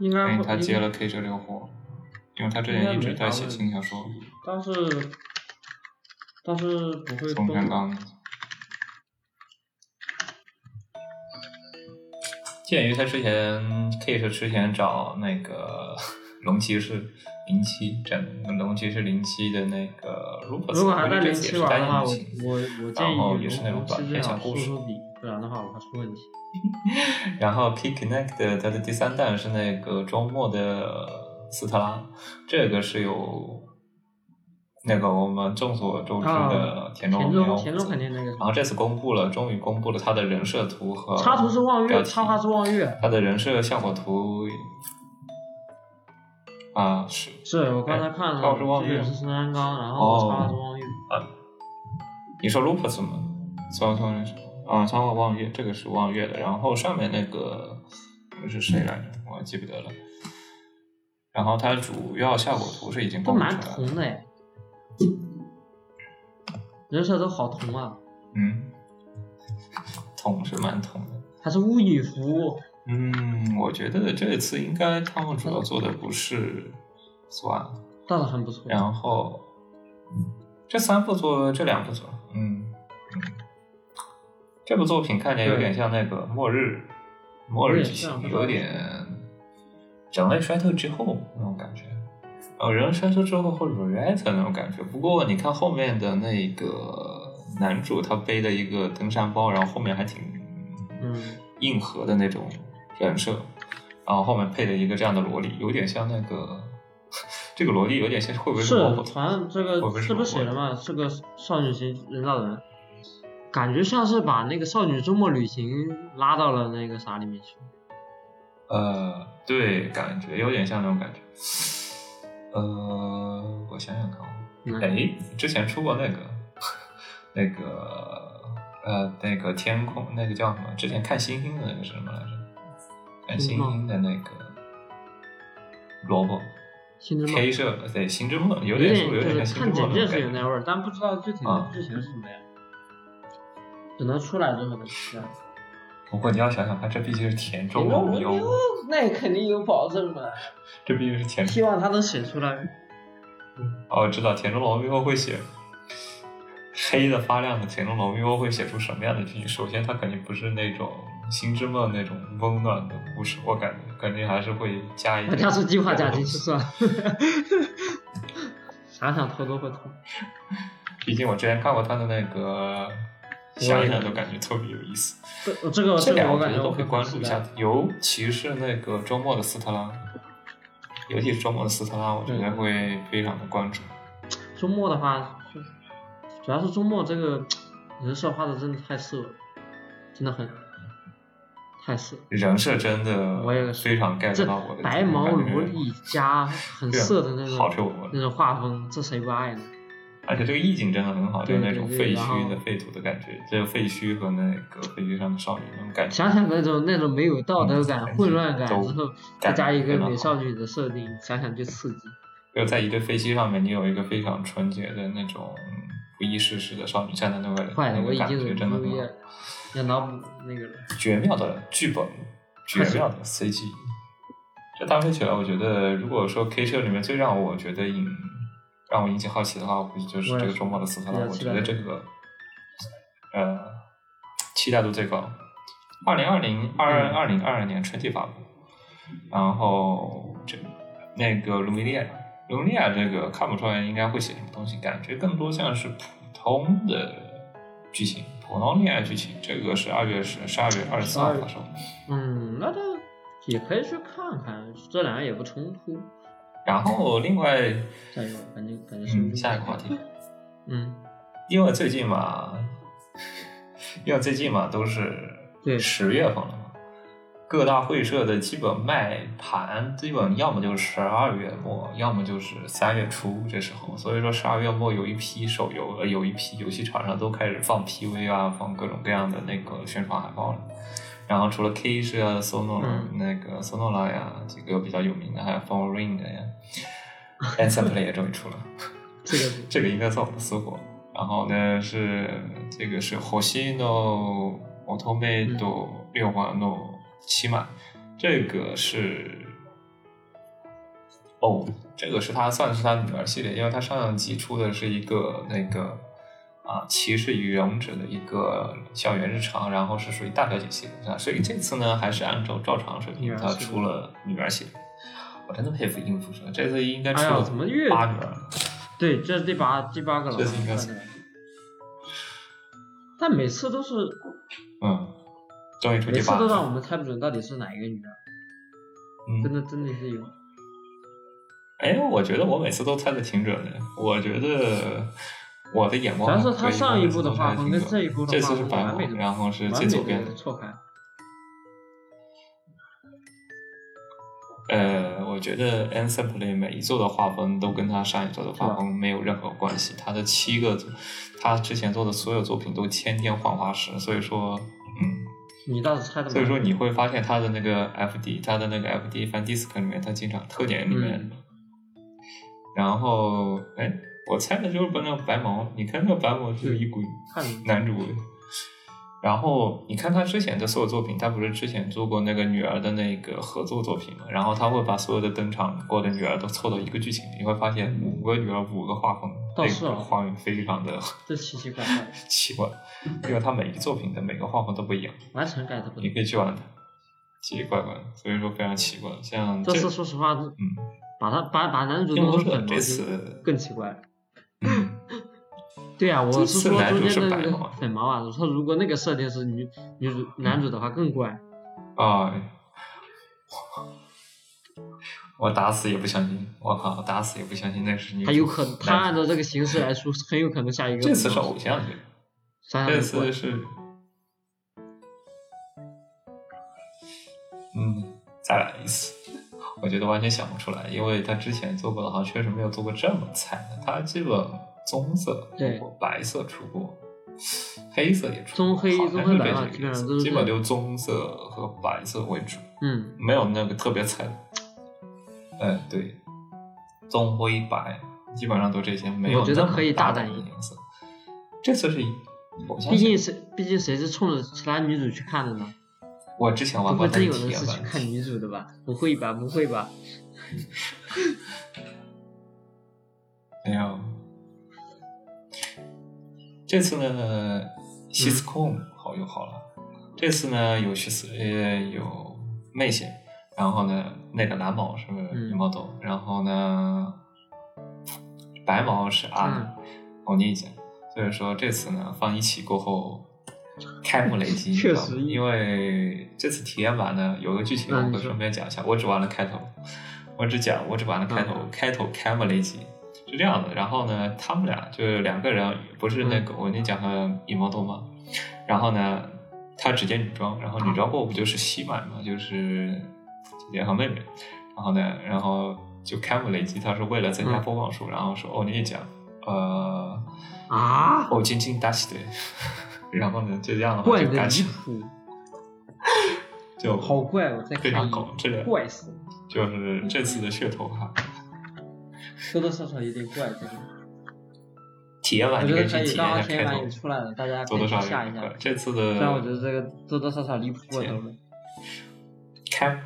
Speaker 2: 应
Speaker 1: 因
Speaker 2: 该
Speaker 1: 为
Speaker 2: 会
Speaker 1: 哎他接了 K 这个活，因为他之
Speaker 2: 应该
Speaker 1: 前一
Speaker 2: 没
Speaker 1: 直在
Speaker 2: 啥
Speaker 1: 写
Speaker 2: 问
Speaker 1: 轻小说，
Speaker 2: 题但是但是不会
Speaker 1: 松山
Speaker 2: 动。
Speaker 1: 刚。鉴于他之前 K 是之前找那个 龙骑士零七，这龙骑士零七的那个 Rupert，
Speaker 2: 如果还在
Speaker 1: 这
Speaker 2: 零
Speaker 1: 次也
Speaker 2: 七
Speaker 1: 是
Speaker 2: 玩
Speaker 1: 单
Speaker 2: 的话，
Speaker 1: 人
Speaker 2: 我
Speaker 1: 剧情
Speaker 2: 我我建议
Speaker 1: 然后也
Speaker 2: 龙
Speaker 1: 是那种
Speaker 2: 龙
Speaker 1: 短
Speaker 2: 七最
Speaker 1: 篇小
Speaker 2: 好
Speaker 1: 故
Speaker 2: 出
Speaker 1: 事。
Speaker 2: 出笔，不然的话我怕出问题。
Speaker 1: 然后 Key Connect 它的第三弹是那个周末的斯特拉，这个是有那个我们众所周知的
Speaker 2: 啊
Speaker 1: 田中啊
Speaker 2: 田
Speaker 1: 没有
Speaker 2: 中田中肯定那个什
Speaker 1: 然
Speaker 2: 么，
Speaker 1: 后这次公布了，终于公布了他的人设图和
Speaker 2: 插图是望
Speaker 1: 标
Speaker 2: 月，
Speaker 1: 题
Speaker 2: 插画是望月。
Speaker 1: 他的人设效果图啊是
Speaker 2: 是我刚才看了，
Speaker 1: 插画是望月
Speaker 2: 这个是森山刚，然后
Speaker 1: 哦
Speaker 2: 插画是望月。
Speaker 1: 你说 Lupus 吗？双双人啊，双望望月，这个是望月的。然后上面那个那是谁来着？我记不得了。然后它主要效果图是已经
Speaker 2: 都
Speaker 1: 公布出
Speaker 2: 蛮
Speaker 1: 来了。
Speaker 2: 同的哎，人设都好同啊，
Speaker 1: 嗯，捅是蛮捅的。
Speaker 2: 还是巫女服，
Speaker 1: 嗯，我觉得这次应该他们主要做的不是算了。
Speaker 2: 倒是很不错。
Speaker 1: 然后这三部作，这两部作，嗯，嗯这部作品看起来有点像那个《末日》，末日
Speaker 2: 有点
Speaker 1: 剧情
Speaker 2: 像不知道
Speaker 1: 有点人类衰退之后那种感觉，呃，人类衰退之后或者 Reactor 那种感觉。不过你看后面的那个男主，他背了一个登山包，然后后面还挺
Speaker 2: 嗯，
Speaker 1: 硬核的那种人设，然后后面配了一个这样的萝莉，有点像那个。 这个萝莉有点像，会不会
Speaker 2: 是
Speaker 1: 老
Speaker 2: 啊
Speaker 1: 虎，头
Speaker 2: 反正这
Speaker 1: 我不
Speaker 2: 个
Speaker 1: 是
Speaker 2: 这不写了嘛，这个少女型人造人，感觉像是把那个少女周末旅行拉到了那个啥里面去。
Speaker 1: 呃，对，感觉有点像那种感觉。呃，我想想看啊，
Speaker 2: 嗯
Speaker 1: 哎，之前出过那个， 那个，呃，那个天空，那个叫什么？之前看星星的那个是什么来着？看星
Speaker 2: 星之梦
Speaker 1: 星的那个萝卜
Speaker 2: 星之梦
Speaker 1: 黑色的，对，星之梦有
Speaker 2: 有
Speaker 1: 点
Speaker 2: 点
Speaker 1: 有点
Speaker 2: 就
Speaker 1: 像
Speaker 2: 是
Speaker 1: 星
Speaker 2: 看
Speaker 1: 之
Speaker 2: 简
Speaker 1: 梦
Speaker 2: 介
Speaker 1: 的
Speaker 2: 是有
Speaker 1: 感
Speaker 2: 那
Speaker 1: 觉。
Speaker 2: 味儿，但不知道具体的
Speaker 1: 啊
Speaker 2: 剧情是什么样，只能出来之后的事。
Speaker 1: 不过你要想想看，这毕竟是田中
Speaker 2: 田中
Speaker 1: 文优，
Speaker 2: 哎那肯定有保证嘛，
Speaker 1: 这毕竟是田中。
Speaker 2: 希望他能写出来。
Speaker 1: 哦，我知道田中龙一后会写黑的发亮的田中龙一后会写出什么样的剧情？首先，它肯定不是那种《星之梦》那种温暖的故事，我感觉肯定还是会加一
Speaker 2: 我
Speaker 1: 点。
Speaker 2: 加速计划加进去算了。 想想偷都会偷。
Speaker 1: 毕竟我之前看过他的那个，想想都感觉特别有意思。
Speaker 2: 这 这个
Speaker 1: 这
Speaker 2: 个
Speaker 1: 两
Speaker 2: 我
Speaker 1: 个
Speaker 2: 感觉
Speaker 1: 都
Speaker 2: 我
Speaker 1: 可以
Speaker 2: 会
Speaker 1: 关注一下，尤其是那个周末的斯特拉，尤其是周末的斯特拉，我觉得会非常的关注。
Speaker 2: 周末的话，就主要是周末这个人设画的真的太色了，真的很太色。
Speaker 1: 人设真
Speaker 2: 我也
Speaker 1: 的
Speaker 2: 是
Speaker 1: 非常 get
Speaker 2: 这
Speaker 1: 到我的
Speaker 2: 白
Speaker 1: 点
Speaker 2: 毛
Speaker 1: 感觉
Speaker 2: 萝莉加很
Speaker 1: 对啊
Speaker 2: 色的那
Speaker 1: 好是
Speaker 2: 种
Speaker 1: 我的
Speaker 2: 那种画风，这谁不爱呢？
Speaker 1: 而且这个意境真的很好，就
Speaker 2: 对
Speaker 1: 是那种
Speaker 2: 对对
Speaker 1: 废
Speaker 2: 然
Speaker 1: 墟的
Speaker 2: 后
Speaker 1: 废土的感觉，这个废墟和那个废墟上的少女那种感觉。
Speaker 2: 想想那种那种没有道德感、
Speaker 1: 嗯
Speaker 2: 混乱感
Speaker 1: 都
Speaker 2: 之后，再
Speaker 1: 感
Speaker 2: 加一
Speaker 1: 觉
Speaker 2: 个
Speaker 1: 非常
Speaker 2: 美
Speaker 1: 好
Speaker 2: 少女的设定，想想就刺激。
Speaker 1: 就在一堆废墟上面，你有一个非常纯洁的那种不谙世事的少女站在那个
Speaker 2: 坏了，
Speaker 1: 那
Speaker 2: 我
Speaker 1: 个
Speaker 2: 已
Speaker 1: 感
Speaker 2: 经
Speaker 1: 觉，
Speaker 2: 忍
Speaker 1: 真
Speaker 2: 不
Speaker 1: 的
Speaker 2: 住
Speaker 1: 很好
Speaker 2: 要要脑补那个了。
Speaker 1: 绝妙的剧本，绝妙的 CG。这搭配起来，我觉得如果说 K 社里面最让我觉得引让我引起好奇的话，估计就是
Speaker 2: 我
Speaker 1: 这
Speaker 2: 也是
Speaker 1: 个周末的斯特拉。
Speaker 2: 比较
Speaker 1: 我
Speaker 2: 期
Speaker 1: 觉
Speaker 2: 待
Speaker 1: 得这个呃期待度最高。二零二零
Speaker 2: 嗯
Speaker 1: 二二零二二年春季发布，然后这那个卢米利亚，卢米利亚这个看不出来应该会写什么东西，感觉更多像是普通的剧情，普通恋爱剧情。这个是二月十十二月二十四号
Speaker 2: 12
Speaker 1: 发售。
Speaker 2: 嗯，那就也可以去看看，这两个也不冲突。
Speaker 1: 然后另外，
Speaker 2: 下一个，感觉感觉是不
Speaker 1: 嗯，
Speaker 2: 是
Speaker 1: 下一个话题，
Speaker 2: 嗯，
Speaker 1: 因为最近嘛，因为最近嘛都是
Speaker 2: 对
Speaker 1: 十月份了嘛，各大会社的基本卖盘，基本要么就是十二月末，要么就是三月初这时候，所以说十二月末有一批手游，呃，有一批游戏厂商都开始放 PV 啊，放各种各样的那个宣传海报了。然后除了 K 是啊，Sonora、
Speaker 2: 嗯
Speaker 1: 那个 Sonora 呀，几个比较有名的，还有 Phone Ring 呀 a n s e m Play 也终于出了。
Speaker 2: 这个是
Speaker 1: 这个应该算我的私活。然后呢是这个是 Hoshino
Speaker 2: 嗯
Speaker 1: Automate 六环诺七满，这个是哦，这个是他算是他女儿系列，因为他上集出的是一个那个啊骑士与勇者的一个校园日常，然后是属于大表姐系列啊，所以这次呢还是按照照常水
Speaker 2: 女
Speaker 1: 平，
Speaker 2: 儿
Speaker 1: 他
Speaker 2: 系列
Speaker 1: 出了女儿系列。我真的佩服应付社，这次应该出
Speaker 2: 哎呀
Speaker 1: 了
Speaker 2: 怎么越
Speaker 1: 八女儿了。
Speaker 2: 对，这是第八第八个了吧。
Speaker 1: 这是应该是
Speaker 2: 但每次都是
Speaker 1: 嗯，终于出
Speaker 2: 每
Speaker 1: 第
Speaker 2: 次
Speaker 1: 八
Speaker 2: 都让
Speaker 1: 了。
Speaker 2: 我们猜不准到底是哪一个女的，真
Speaker 1: 嗯，
Speaker 2: 的真的是有。
Speaker 1: 哎，我觉得我每次都猜的挺准的。我觉得我的眼
Speaker 2: 主
Speaker 1: 光还
Speaker 2: 要
Speaker 1: 可以，
Speaker 2: 是他上一部的画风
Speaker 1: 我每
Speaker 2: 跟
Speaker 1: 次都
Speaker 2: 这
Speaker 1: 猜得挺准这
Speaker 2: 一部的画
Speaker 1: 次是
Speaker 2: 风
Speaker 1: 白
Speaker 2: 完美
Speaker 1: 红，
Speaker 2: 的，
Speaker 1: 然后是
Speaker 2: 完
Speaker 1: 最
Speaker 2: 美
Speaker 1: 左边
Speaker 2: 的错开。
Speaker 1: 呃，我觉得 Ensemble 每一座的画风都跟他上一座的画风没有任何关系。他的七个，他之前做的所有作品都千变万化石，所以说，嗯，
Speaker 2: 你倒是猜的，
Speaker 1: 所以说你会发现他的那个 FD，他的那个 FD Fan Disc 里面，他经常特点里面，
Speaker 2: 嗯
Speaker 1: 然后哎，我猜的就是那个白毛，你看那个白毛就一股
Speaker 2: 看你
Speaker 1: 男主味。然后你看他之前的所有作品，他不是之前做过那个女儿的那个合作作品嘛？然后他会把所有的登场过的女儿都凑到一个剧情里，你会发现五个女儿五个画风，
Speaker 2: 倒是
Speaker 1: 那
Speaker 2: 啊
Speaker 1: 个画面非常的
Speaker 2: 这奇奇怪怪，
Speaker 1: 奇怪，因为他每一个作品的每个画风都不一样。
Speaker 2: 完全 get 不
Speaker 1: 你
Speaker 2: 到。
Speaker 1: 可以去玩它，奇奇怪怪，所以说非常奇怪。像
Speaker 2: 这
Speaker 1: 这
Speaker 2: 次说实话，
Speaker 1: 嗯，
Speaker 2: 把他把把男主
Speaker 1: 因为
Speaker 2: 弄
Speaker 1: 我
Speaker 2: 成
Speaker 1: 觉得
Speaker 2: 粉毛
Speaker 1: 这
Speaker 2: 就
Speaker 1: 次，
Speaker 2: 更奇怪。
Speaker 1: 嗯，
Speaker 2: 对啊，
Speaker 1: 这
Speaker 2: 我是
Speaker 1: 次
Speaker 2: 说
Speaker 1: 男
Speaker 2: 中
Speaker 1: 主是
Speaker 2: 间的
Speaker 1: 白
Speaker 2: 那
Speaker 1: 毛
Speaker 2: 个 粉毛啊，他如果那个设定是女女主男主的话更怪。
Speaker 1: 啊、我打死也不相信，我靠，我打死也不相信那是你。
Speaker 2: 他有可能，他按照这个形式来说，很有可能下一个。
Speaker 1: 这次是偶像剧，
Speaker 2: 想想
Speaker 1: 这
Speaker 2: 就怪
Speaker 1: 次是，嗯，再来一次。我觉得完全想不出来，因为他之前做过的好像确实没有做过这么惨的，他基本棕色出
Speaker 2: 对
Speaker 1: 过，白色出过，黑色也出过，
Speaker 2: 棕黑
Speaker 1: 好像
Speaker 2: 棕黑
Speaker 1: 是
Speaker 2: 白
Speaker 1: 被
Speaker 2: 嘛
Speaker 1: 这个
Speaker 2: 基本
Speaker 1: 意
Speaker 2: 上
Speaker 1: 思
Speaker 2: 都是
Speaker 1: 基
Speaker 2: 这
Speaker 1: 本
Speaker 2: 样
Speaker 1: 就棕色和白色为主，
Speaker 2: 嗯，
Speaker 1: 没有那个特别惨。嗯，对，棕灰白基本上都这些，没有
Speaker 2: 我觉得
Speaker 1: 那么
Speaker 2: 可以
Speaker 1: 大
Speaker 2: 大胆
Speaker 1: 的
Speaker 2: 一点
Speaker 1: 颜色。这次是，我相
Speaker 2: 毕
Speaker 1: 信
Speaker 2: 竟谁毕竟谁是冲着其他女主去看的呢？
Speaker 1: 我之前玩
Speaker 2: 不
Speaker 1: 过
Speaker 2: 会
Speaker 1: 那
Speaker 2: 真
Speaker 1: 个
Speaker 2: 有
Speaker 1: 体啊验
Speaker 2: 人是
Speaker 1: 版，
Speaker 2: 去看女主的吧？不会吧？不会吧？
Speaker 1: 没有。这次呢，西
Speaker 2: 嗯
Speaker 1: 斯控好友好了。这次呢，有西斯呃有妹线，然后呢，那个蓝毛是
Speaker 2: 嗯
Speaker 1: 羽毛豆，然后呢，白毛是阿
Speaker 2: 嗯
Speaker 1: 欧尼酱，所以说这次呢放一起过后，开幕雷击，
Speaker 2: 确
Speaker 1: 你知道吗
Speaker 2: 实
Speaker 1: 因为这次体验版呢有个剧情
Speaker 2: 嗯
Speaker 1: 我
Speaker 2: 你
Speaker 1: 会
Speaker 2: 说
Speaker 1: 顺便讲一下，我只玩了开头，我只讲我只玩了开头，
Speaker 2: 嗯
Speaker 1: 开头开幕雷击。是这样的，然后呢，他们俩就是两个人，不是
Speaker 3: 嗯
Speaker 1: 那个我跟你讲的羽毛豆吗？然后呢，她直接女装，然后女
Speaker 3: 啊
Speaker 1: 装过后不就是西满嘛，就是姐姐和妹妹。然后呢，然后就开姆雷基，他是为了增加
Speaker 2: 嗯
Speaker 1: 播放数，然后说哦，你也讲，呃，
Speaker 2: 啊，
Speaker 1: 哦，晶晶大喜对。 然后呢，就这样的话
Speaker 2: 怪
Speaker 1: 就
Speaker 2: 的
Speaker 1: 感
Speaker 2: 离
Speaker 1: 情
Speaker 2: 谱，
Speaker 1: 就
Speaker 2: 好怪！我再
Speaker 1: 非
Speaker 2: 看
Speaker 1: 常
Speaker 2: 一
Speaker 1: 搞
Speaker 2: 眼，
Speaker 1: 这个
Speaker 2: 怪死了，
Speaker 1: 就是这次的噱头哈。
Speaker 3: 多多少少有点怪，这个
Speaker 1: 体验
Speaker 3: 我
Speaker 1: 版你
Speaker 3: 觉
Speaker 1: 可以
Speaker 3: 得
Speaker 1: 去
Speaker 3: 可以。
Speaker 1: 体验一
Speaker 3: 刚
Speaker 1: 下
Speaker 3: 刚体
Speaker 1: 开
Speaker 3: 验版
Speaker 1: 头
Speaker 3: 也，出来了，大家可
Speaker 1: 多
Speaker 3: 以
Speaker 1: 多
Speaker 3: 去
Speaker 1: 少少
Speaker 3: 下
Speaker 1: 有
Speaker 3: 一
Speaker 1: 点
Speaker 3: 下
Speaker 1: 怪。。这次的
Speaker 3: 虽然我觉得这个多多少少离谱过头了，
Speaker 1: 开，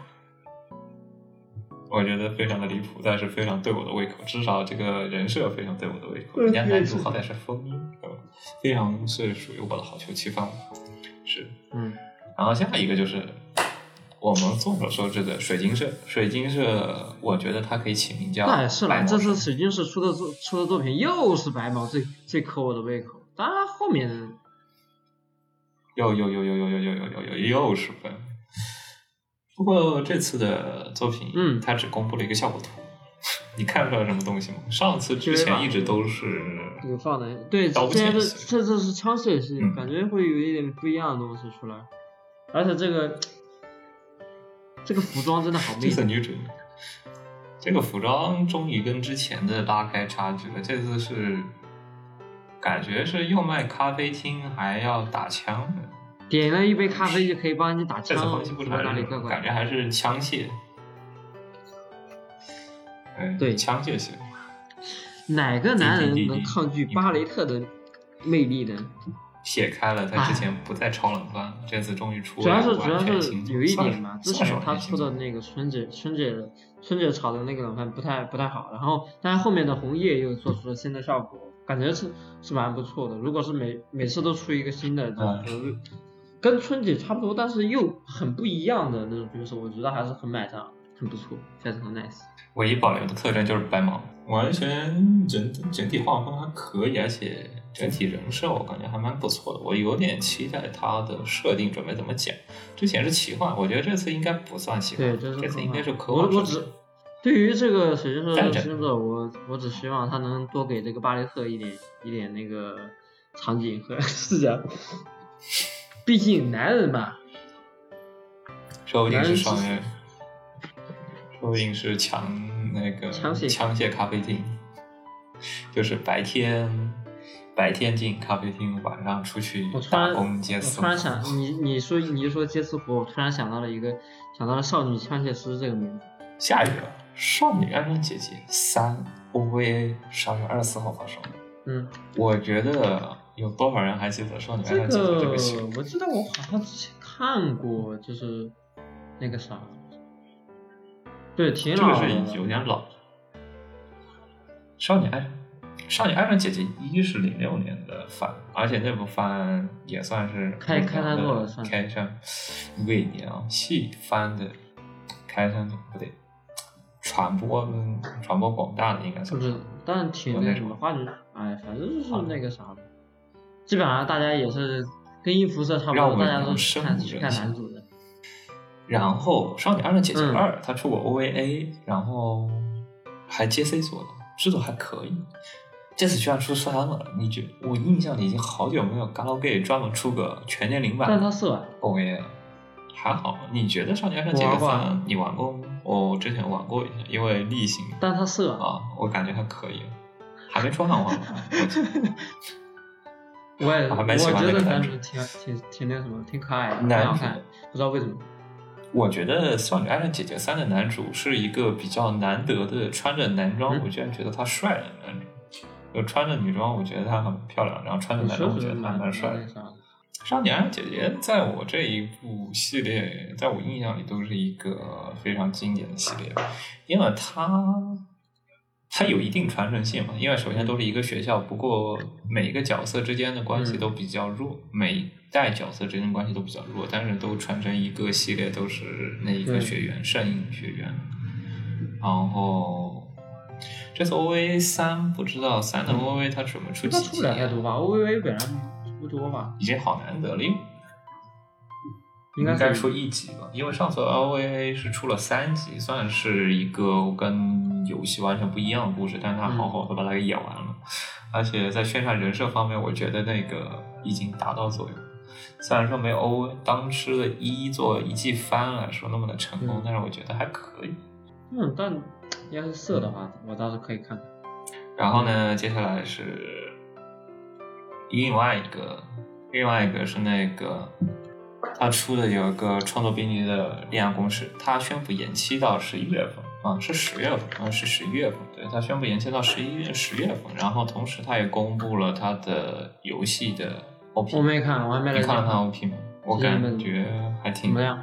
Speaker 1: 我觉得非常的离谱，但是非常对我的胃口，至少这个人设非常对我的胃口。
Speaker 2: 嗯
Speaker 1: 人家男主
Speaker 2: 是
Speaker 1: 好歹是风衣，对吧？非常是属于我的好球期范围，是。
Speaker 2: 嗯，
Speaker 1: 然后下一个就是我们众所周知的水晶社，水晶社，我觉得它可以起名叫
Speaker 2: 那也是
Speaker 1: 白
Speaker 2: 啦，
Speaker 1: 毛
Speaker 2: 这
Speaker 1: 蛇
Speaker 2: 次水晶是出的作出的作品又是白毛，最最扣我的胃口。当然后面的
Speaker 1: 又又又又又又又又又又又是分。不过这次的作品，
Speaker 2: 嗯
Speaker 1: 它只公布了一个效果图， 你看出来什么东西吗？上次之前一直都是，
Speaker 2: 有放的，对，
Speaker 1: 刀
Speaker 2: 这
Speaker 1: 剑
Speaker 2: 这
Speaker 1: 系列
Speaker 2: 这次是枪械系列，
Speaker 1: 嗯
Speaker 2: 感觉会有一点不一样的东西出来，而且这个这个服装真的好
Speaker 1: 这
Speaker 2: 媚
Speaker 1: 次
Speaker 2: 气，
Speaker 1: 女主这个服装终于跟之前的拉开差距了，这次是感觉是又卖咖啡厅还要打枪的，
Speaker 2: 点了一杯咖啡就可以帮你打
Speaker 1: 这
Speaker 2: 枪
Speaker 1: 次
Speaker 2: 了，
Speaker 1: 东西
Speaker 2: 怎
Speaker 1: 不
Speaker 2: 么
Speaker 1: 是很
Speaker 2: 哪里
Speaker 1: 日
Speaker 2: 怪
Speaker 1: 本感
Speaker 2: 怪？
Speaker 1: 觉还是枪械，嗯，
Speaker 2: 对
Speaker 1: 枪械型。
Speaker 2: 哪个男
Speaker 1: 滴滴
Speaker 2: 人
Speaker 1: 滴滴
Speaker 2: 能抗拒巴雷特的魅力呢？
Speaker 1: 撇开了他之前不再超冷饭，这次终于出
Speaker 2: 哎主要
Speaker 1: 了
Speaker 2: 是主要
Speaker 1: 完全
Speaker 2: 是
Speaker 1: 新作。
Speaker 2: 有一
Speaker 1: 算是
Speaker 2: 点嘛，之
Speaker 1: 算是
Speaker 2: 前
Speaker 1: 完
Speaker 2: 他
Speaker 1: 全新
Speaker 2: 出
Speaker 1: 作
Speaker 2: 的那个春姐春姐的春姐炒的那个冷饭不太不太好，然后但是后面的红叶又做出了新的效果，感觉是是蛮不错的。如果是每每次都出一个新的，
Speaker 1: 嗯
Speaker 2: 就是跟春姐差不多，但是又很不一样的那种角色，我觉得还是很买账，很不错，非常 nice。
Speaker 1: 唯一保留的特征就是白毛，完全整整体画风还可以，而且整体人设我感觉还蛮不错的。我有点期待它的设定准备怎么讲。之前是奇幻，我觉得这次应该不算奇幻
Speaker 2: 对，，这是
Speaker 1: 这次应该是科
Speaker 2: 我
Speaker 1: 幻设定。
Speaker 2: 我只对于这个水晶
Speaker 1: 战
Speaker 2: 社
Speaker 1: 争
Speaker 2: 星座，我我只希望他能多给这个巴雷特一点一点那个场景和 视角，毕竟男人嘛，
Speaker 1: 说不定是
Speaker 2: 男
Speaker 1: 双月，说不定是强那个
Speaker 2: 枪械
Speaker 1: 枪械咖啡厅，就是白天白天进咖啡厅，晚上出去
Speaker 2: 我突
Speaker 1: 打
Speaker 2: 然
Speaker 1: 工接
Speaker 2: 我
Speaker 1: 私
Speaker 2: 突然想你你说你一说接私活，我突然想到了一个想到了少女枪械师这个名字，
Speaker 1: 下雨了，少女爱上姐姐三 OVA 十二月二十四号发售。
Speaker 2: 嗯，
Speaker 1: 我觉得有多少人还记得少女爱
Speaker 2: 这
Speaker 1: 上姐姐这个戏？
Speaker 2: 我记得我好像之前看过，就是那个啥，对，挺
Speaker 1: 这
Speaker 2: 老
Speaker 1: 个
Speaker 2: 的
Speaker 1: 是
Speaker 2: 了，
Speaker 1: 有点老。少女爱上少女爱上姐姐一是零六年的番，而且那部番也算是
Speaker 2: 开开山作了算是
Speaker 1: 开山尾娘戏番的开山作不对，传播传播广大的应该
Speaker 2: 就
Speaker 1: 算
Speaker 2: 是，但挺那什么话剧，哎，反正就是那个啥，基本上大家也是跟一辐射差不
Speaker 1: 让
Speaker 2: 多，
Speaker 1: 我
Speaker 2: 大
Speaker 1: 们
Speaker 2: 家都
Speaker 1: 深
Speaker 2: 去看
Speaker 1: 入
Speaker 2: 去
Speaker 1: 人
Speaker 2: 看
Speaker 1: 心
Speaker 2: 男主的，
Speaker 1: 然后《少女爱上姐姐
Speaker 2: 嗯
Speaker 1: 二》它出过 OVA，然后还 JC 做的，制作还可以。这次居然出三了，你觉我印象里已经好久没有 Galgame 专门出个全年龄版
Speaker 2: 但
Speaker 1: 的
Speaker 2: 他是吧？啊
Speaker 1: OVA 了。还好。你觉得《少年山》这个
Speaker 4: 我玩过啊
Speaker 1: 三你玩过吗？我之前玩过一下，因为例行
Speaker 4: 但它色啊，
Speaker 1: 啊，我感觉还可以，还没说 上玩完。我
Speaker 2: 我也
Speaker 1: 我还
Speaker 2: 我
Speaker 1: 蛮喜欢
Speaker 2: 觉
Speaker 1: 那
Speaker 2: 得
Speaker 1: 个
Speaker 2: 男
Speaker 1: 男
Speaker 2: 主挺挺挺那什么，挺可爱的，
Speaker 1: 男
Speaker 2: 很好
Speaker 1: 主
Speaker 2: 看，不知道为什么。
Speaker 1: 我觉得《少女爱上姐姐三》的男主是一个比较难得的，穿着男装
Speaker 2: 嗯
Speaker 1: 我居然觉得他帅的男主。就穿着女装，我觉得他很漂亮，然后穿着
Speaker 2: 你
Speaker 1: 嗯男
Speaker 2: 说
Speaker 1: 装，我
Speaker 2: 是
Speaker 1: 觉得他还
Speaker 2: 蛮
Speaker 1: 蛮帅的
Speaker 2: 那。啥的，
Speaker 1: 少年爱姐姐在我这一部系列，在我印象里都是一个非常经典的系列，因为它它有一定传承性嘛。因为首先都是一个学校，不过每一个角色之间的关系
Speaker 2: 嗯
Speaker 1: 都比较弱，每一代角色之间的关系都比较弱，但是都传承一个系列，都是那一个
Speaker 2: 对
Speaker 1: 学员圣影学员。然后这次 OVA 三不知道三的 OVA 它准备出几
Speaker 2: 应该
Speaker 1: 集
Speaker 2: 嗯出不了
Speaker 1: 啊？
Speaker 2: 太多吧？OVA 本来不多吧，
Speaker 1: 已经好难得了，因为
Speaker 2: 应该
Speaker 1: 应该
Speaker 2: 是
Speaker 1: 出一集吧，因为上次 LVA 是出了三集，算是一个跟游戏完全不一样的故事，但是他
Speaker 2: 嗯
Speaker 1: 好好的把它给演完了，而且在宣传人设方面，我觉得那个已经达到作用。虽然说没有 O 当时的一做一季番来说那么的成功，
Speaker 2: 嗯
Speaker 1: 但是我觉得还可以。
Speaker 2: 嗯，但要是色的话，我倒是可以看
Speaker 1: 嗯
Speaker 2: 看。
Speaker 1: 然后呢，接下来是另外一个，另外一个是那个他出的有一个创作宾尼的恋爱公式，他宣布延期到十一月份啊，是十月份啊，是十一月份，对他宣布延期到十一月十月份，然后同时他也公布了他的游戏的 OP，
Speaker 2: 我没看，我还没
Speaker 1: 你
Speaker 2: 来
Speaker 1: 看了他
Speaker 2: 看。
Speaker 1: 的 OP 吗？我
Speaker 2: 之前
Speaker 1: 感
Speaker 2: 没
Speaker 1: 觉还
Speaker 2: 怎
Speaker 1: 挺
Speaker 2: 么。样？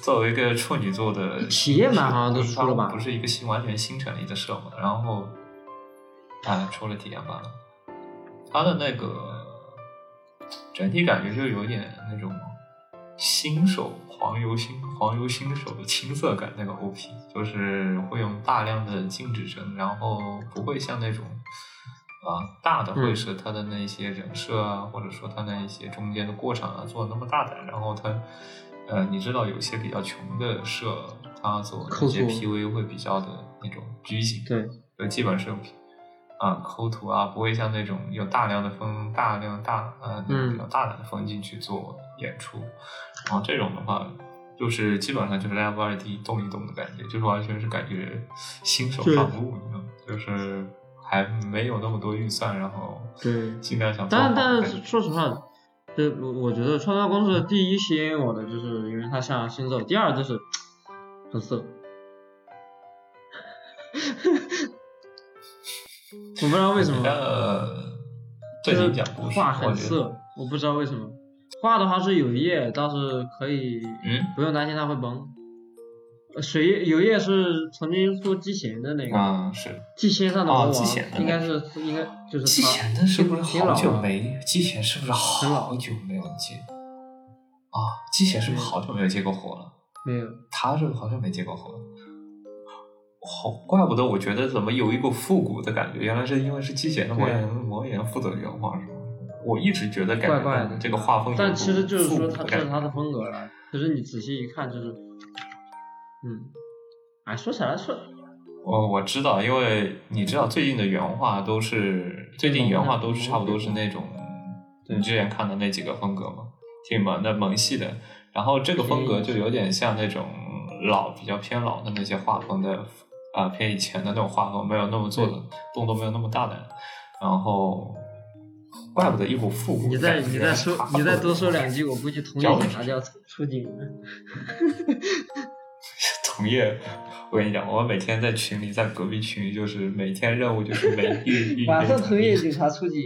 Speaker 1: 作为一个处女座的
Speaker 2: 企业版好像都出了吧
Speaker 1: 它不是一个新完全新成立的社嘛，然后啊出了体验版了，它的那个整体感觉就有点那种新手黄油新黄油新手的青涩感，那个 OP 就是会用大量的静止帧，然后不会像那种。啊，大的会是它的那些人设啊，或者说它那一些中间的过场啊，做的那么大胆，然后它，呃，你知道有些比较穷的社，它做
Speaker 2: 抠
Speaker 1: 一些
Speaker 2: 图
Speaker 1: PV 会比较的那种拘谨，
Speaker 2: 对，
Speaker 1: 就基本是用啊抠图啊，不会像那种有大量的风、大量大呃
Speaker 2: 嗯
Speaker 1: 那种比较大胆的风景去做演出，然后这种的话。就是基本上就是 Live 二 D 动一动的感觉，就是完全是感觉新手
Speaker 2: 对
Speaker 1: 上路，你知道吗？就是还没有那么多预算，然后
Speaker 2: 对
Speaker 1: 尽量想做好
Speaker 2: 但
Speaker 1: 的感觉。
Speaker 2: 但是说实话，对，我我觉得《创造公司》第一吸引我的就是因为它像星座，第二就是很色。我不知道为什 么，
Speaker 1: 呃，最
Speaker 2: 就是
Speaker 1: 近讲故事，
Speaker 2: 画
Speaker 1: 我
Speaker 2: 很
Speaker 1: 觉得，
Speaker 2: 色，我不知道为什么。画的话是有叶，倒是可以
Speaker 1: 嗯
Speaker 2: 不用担心它会崩。呃水叶有叶是曾经出机器人的那个，
Speaker 1: 啊是。
Speaker 2: 季仙上的
Speaker 1: 哦
Speaker 2: 魔
Speaker 1: 季
Speaker 2: 王
Speaker 1: 贤的
Speaker 2: 应
Speaker 1: 那
Speaker 2: 该
Speaker 1: 个
Speaker 2: 是应该就是
Speaker 1: 季
Speaker 2: 他
Speaker 1: 贤的是不是
Speaker 2: 挺挺
Speaker 1: 好
Speaker 2: 老
Speaker 1: 久
Speaker 2: 了
Speaker 1: 没？季贤是不是
Speaker 2: 很老
Speaker 1: 好久没有接？啊，季贤是不是好久没有接过活了？
Speaker 2: 没有？
Speaker 1: 他是好像没接过活。好，怪不得我觉得怎么有一股复古的感觉，原来是因为是季贤的魔
Speaker 2: 对啊
Speaker 1: 岩魔岩负责原画是吗？我一直觉得感
Speaker 2: 怪
Speaker 1: 觉
Speaker 2: 怪
Speaker 1: 到
Speaker 2: 的
Speaker 1: 这个画风有
Speaker 2: 但
Speaker 1: 股
Speaker 2: 其实就是
Speaker 1: 复
Speaker 2: 说
Speaker 1: 古
Speaker 2: 他
Speaker 1: 的
Speaker 2: 这
Speaker 1: 感
Speaker 2: 是
Speaker 1: 觉
Speaker 2: 他的风格了，可是你仔细一看就是，嗯，哎，说起来说
Speaker 1: 我我知道，因为你知道最近的原画都是最近原画都是差不多是那种
Speaker 2: 对
Speaker 1: 你之前看的那几个风格嘛，挺萌的萌系的。然后这个风格就有点像那种老比较偏老的那些画风的啊、偏以前的那种画风，没有那么做的动作没有那么大胆。然后怪不得一股复古
Speaker 2: 你
Speaker 1: 的
Speaker 2: 再
Speaker 1: 感觉。
Speaker 2: 你再说你再多说两句，我估计同业
Speaker 1: 脚
Speaker 2: 警察就要出出警了。
Speaker 1: 同业，我跟你讲，我每天在群里，在隔壁群里，就是每天任务就是 每一一
Speaker 2: 马
Speaker 1: 一
Speaker 2: 上同业警察出警。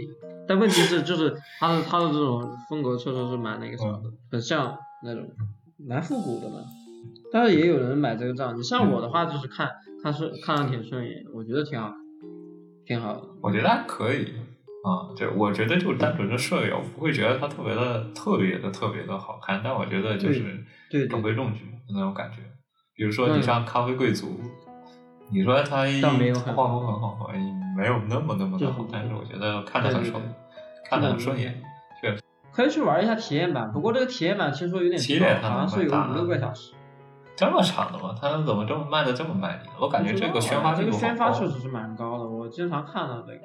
Speaker 2: 但问题是，就是他的他的这种风格确实是蛮那个什么的，很像那种蛮复古的嘛。但是也有人买这个账，你像我的话，就是看看顺看上挺顺眼，我觉得挺好，挺好的。
Speaker 1: 我觉得还可以啊，就我觉得就单纯的舍友，不会觉得它特别的、特别的、特别的好看，但我觉得就是
Speaker 2: 对对
Speaker 1: 中规中矩的那种感觉。比如说
Speaker 2: 嗯
Speaker 1: 你像《咖啡贵族》，你说它一
Speaker 2: 倒没有
Speaker 1: 它
Speaker 2: 很
Speaker 1: 画风很好，哎没有那么那么的
Speaker 2: 就
Speaker 1: 好
Speaker 2: 是，
Speaker 1: 但是我觉得看着很
Speaker 2: 对对
Speaker 1: 爽
Speaker 2: 对，
Speaker 1: 看着很顺眼。
Speaker 2: 嗯可以去玩一下体验版，不过这个体验版听说有点
Speaker 1: 体
Speaker 2: 长，
Speaker 1: 验版
Speaker 2: 好像是有
Speaker 1: 蛮大的
Speaker 2: 五六个小时。
Speaker 1: 这么长的吗？它怎么这么卖的这么卖力？我感觉这个宣发
Speaker 2: 这
Speaker 1: 力
Speaker 2: 个
Speaker 1: 度好
Speaker 2: 宣发
Speaker 1: 高啊
Speaker 2: 确实是蛮高的，我经常看到这个。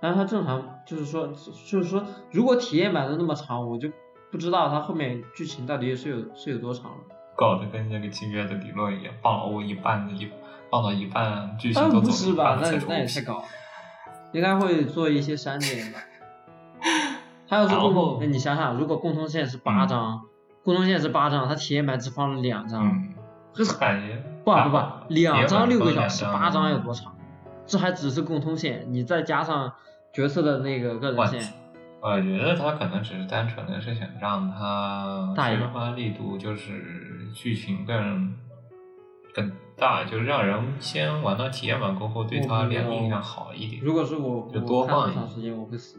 Speaker 2: 但是它正常就是说，就是说，如果体验版都那么长，我就不知道它后面剧情到底是有是有多长了。
Speaker 1: 搞得跟那个金月的理论一样，暴殴一半的一放到一半剧情
Speaker 2: 当
Speaker 1: 都
Speaker 2: 然不
Speaker 1: 走
Speaker 2: 是
Speaker 1: 一
Speaker 2: 吧
Speaker 1: 半？了
Speaker 2: 那
Speaker 1: 才出
Speaker 2: 那也
Speaker 1: OP
Speaker 2: 太高了，应该会做一些 删减吧。还有是
Speaker 1: 然
Speaker 2: 共
Speaker 1: 后嗯
Speaker 2: 同，哎你想想，如果共同线是八张，共同线是八张，他体验版只放了两张，
Speaker 1: 嗯，
Speaker 2: 这是
Speaker 1: 感觉
Speaker 2: 不
Speaker 1: 啊
Speaker 2: 不不，两张六个小时，八张
Speaker 1: 有
Speaker 2: 有多长？这还只是共通线，你再加上角色的那个个人
Speaker 1: 换
Speaker 2: 线，
Speaker 1: 我觉得他可能只是单纯的是想让他
Speaker 2: 大一
Speaker 1: 宣
Speaker 2: 点
Speaker 1: 发力度，就是剧情更更大，就是让人先玩到体验版过后，对他良印象好一点。
Speaker 2: 如果是我，
Speaker 1: 就多
Speaker 2: 我看
Speaker 1: 放
Speaker 2: 多
Speaker 1: 一
Speaker 2: 长时间我会死。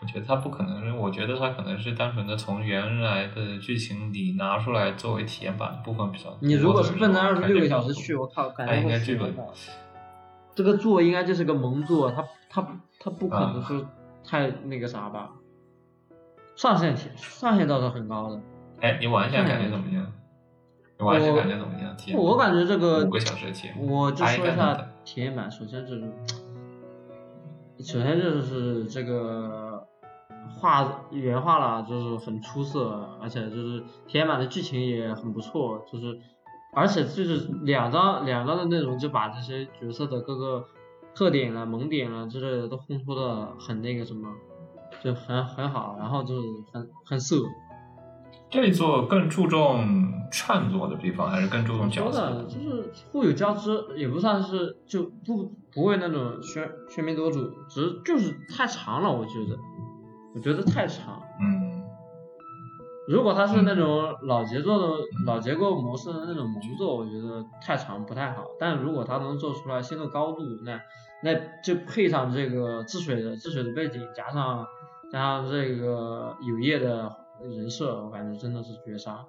Speaker 1: 我觉得他不可能是，我觉得他可能是单纯的从原来的剧情里拿出来作为体验版的部分比较多。
Speaker 2: 你如果是奔着二
Speaker 1: 我
Speaker 2: 十
Speaker 1: 感觉
Speaker 2: 六个小时去，我靠，感
Speaker 1: 那
Speaker 2: 觉
Speaker 1: 哎应该
Speaker 2: 会
Speaker 1: 剧
Speaker 2: 死
Speaker 1: 本
Speaker 2: 的。这个做应该就是个萌做，他他他不可能
Speaker 1: 啊
Speaker 2: 说太那个啥吧。上限挺上限倒是很高的，
Speaker 1: 哎，你玩一下感觉怎么样？你玩一下感觉怎么样？体验版
Speaker 2: 我感觉这个
Speaker 1: 五个小时的体验版，
Speaker 2: 我就
Speaker 1: 哎
Speaker 2: 说一
Speaker 1: 感觉怎么
Speaker 2: 下
Speaker 1: 样
Speaker 2: 体验版，首先就是，首先就是这个画原画啦，就是很出色，而且就是体验版的剧情也很不错，就是而且就是两张两张的内容就把这些角色的各个特点啦、萌点啦之类的都烘托的很那个什么，就很很好，然后就是很很色，
Speaker 1: 这一座更注重创作的地方，还是更注重角
Speaker 2: 说
Speaker 1: 色
Speaker 2: 的就是互有交织，也不算是就不不会那种喧喧宾夺主，只是就是太长了，我觉得，我觉得太长。
Speaker 1: 嗯，
Speaker 2: 如果它是那种老节奏的、
Speaker 1: 嗯
Speaker 2: 老结构模式的那种萌作，我觉得太长不太好。但如果它能做出来新的高度，那那就配上这个治水的治水的背景，加上加上这个有业的人设，我感觉真的是绝杀。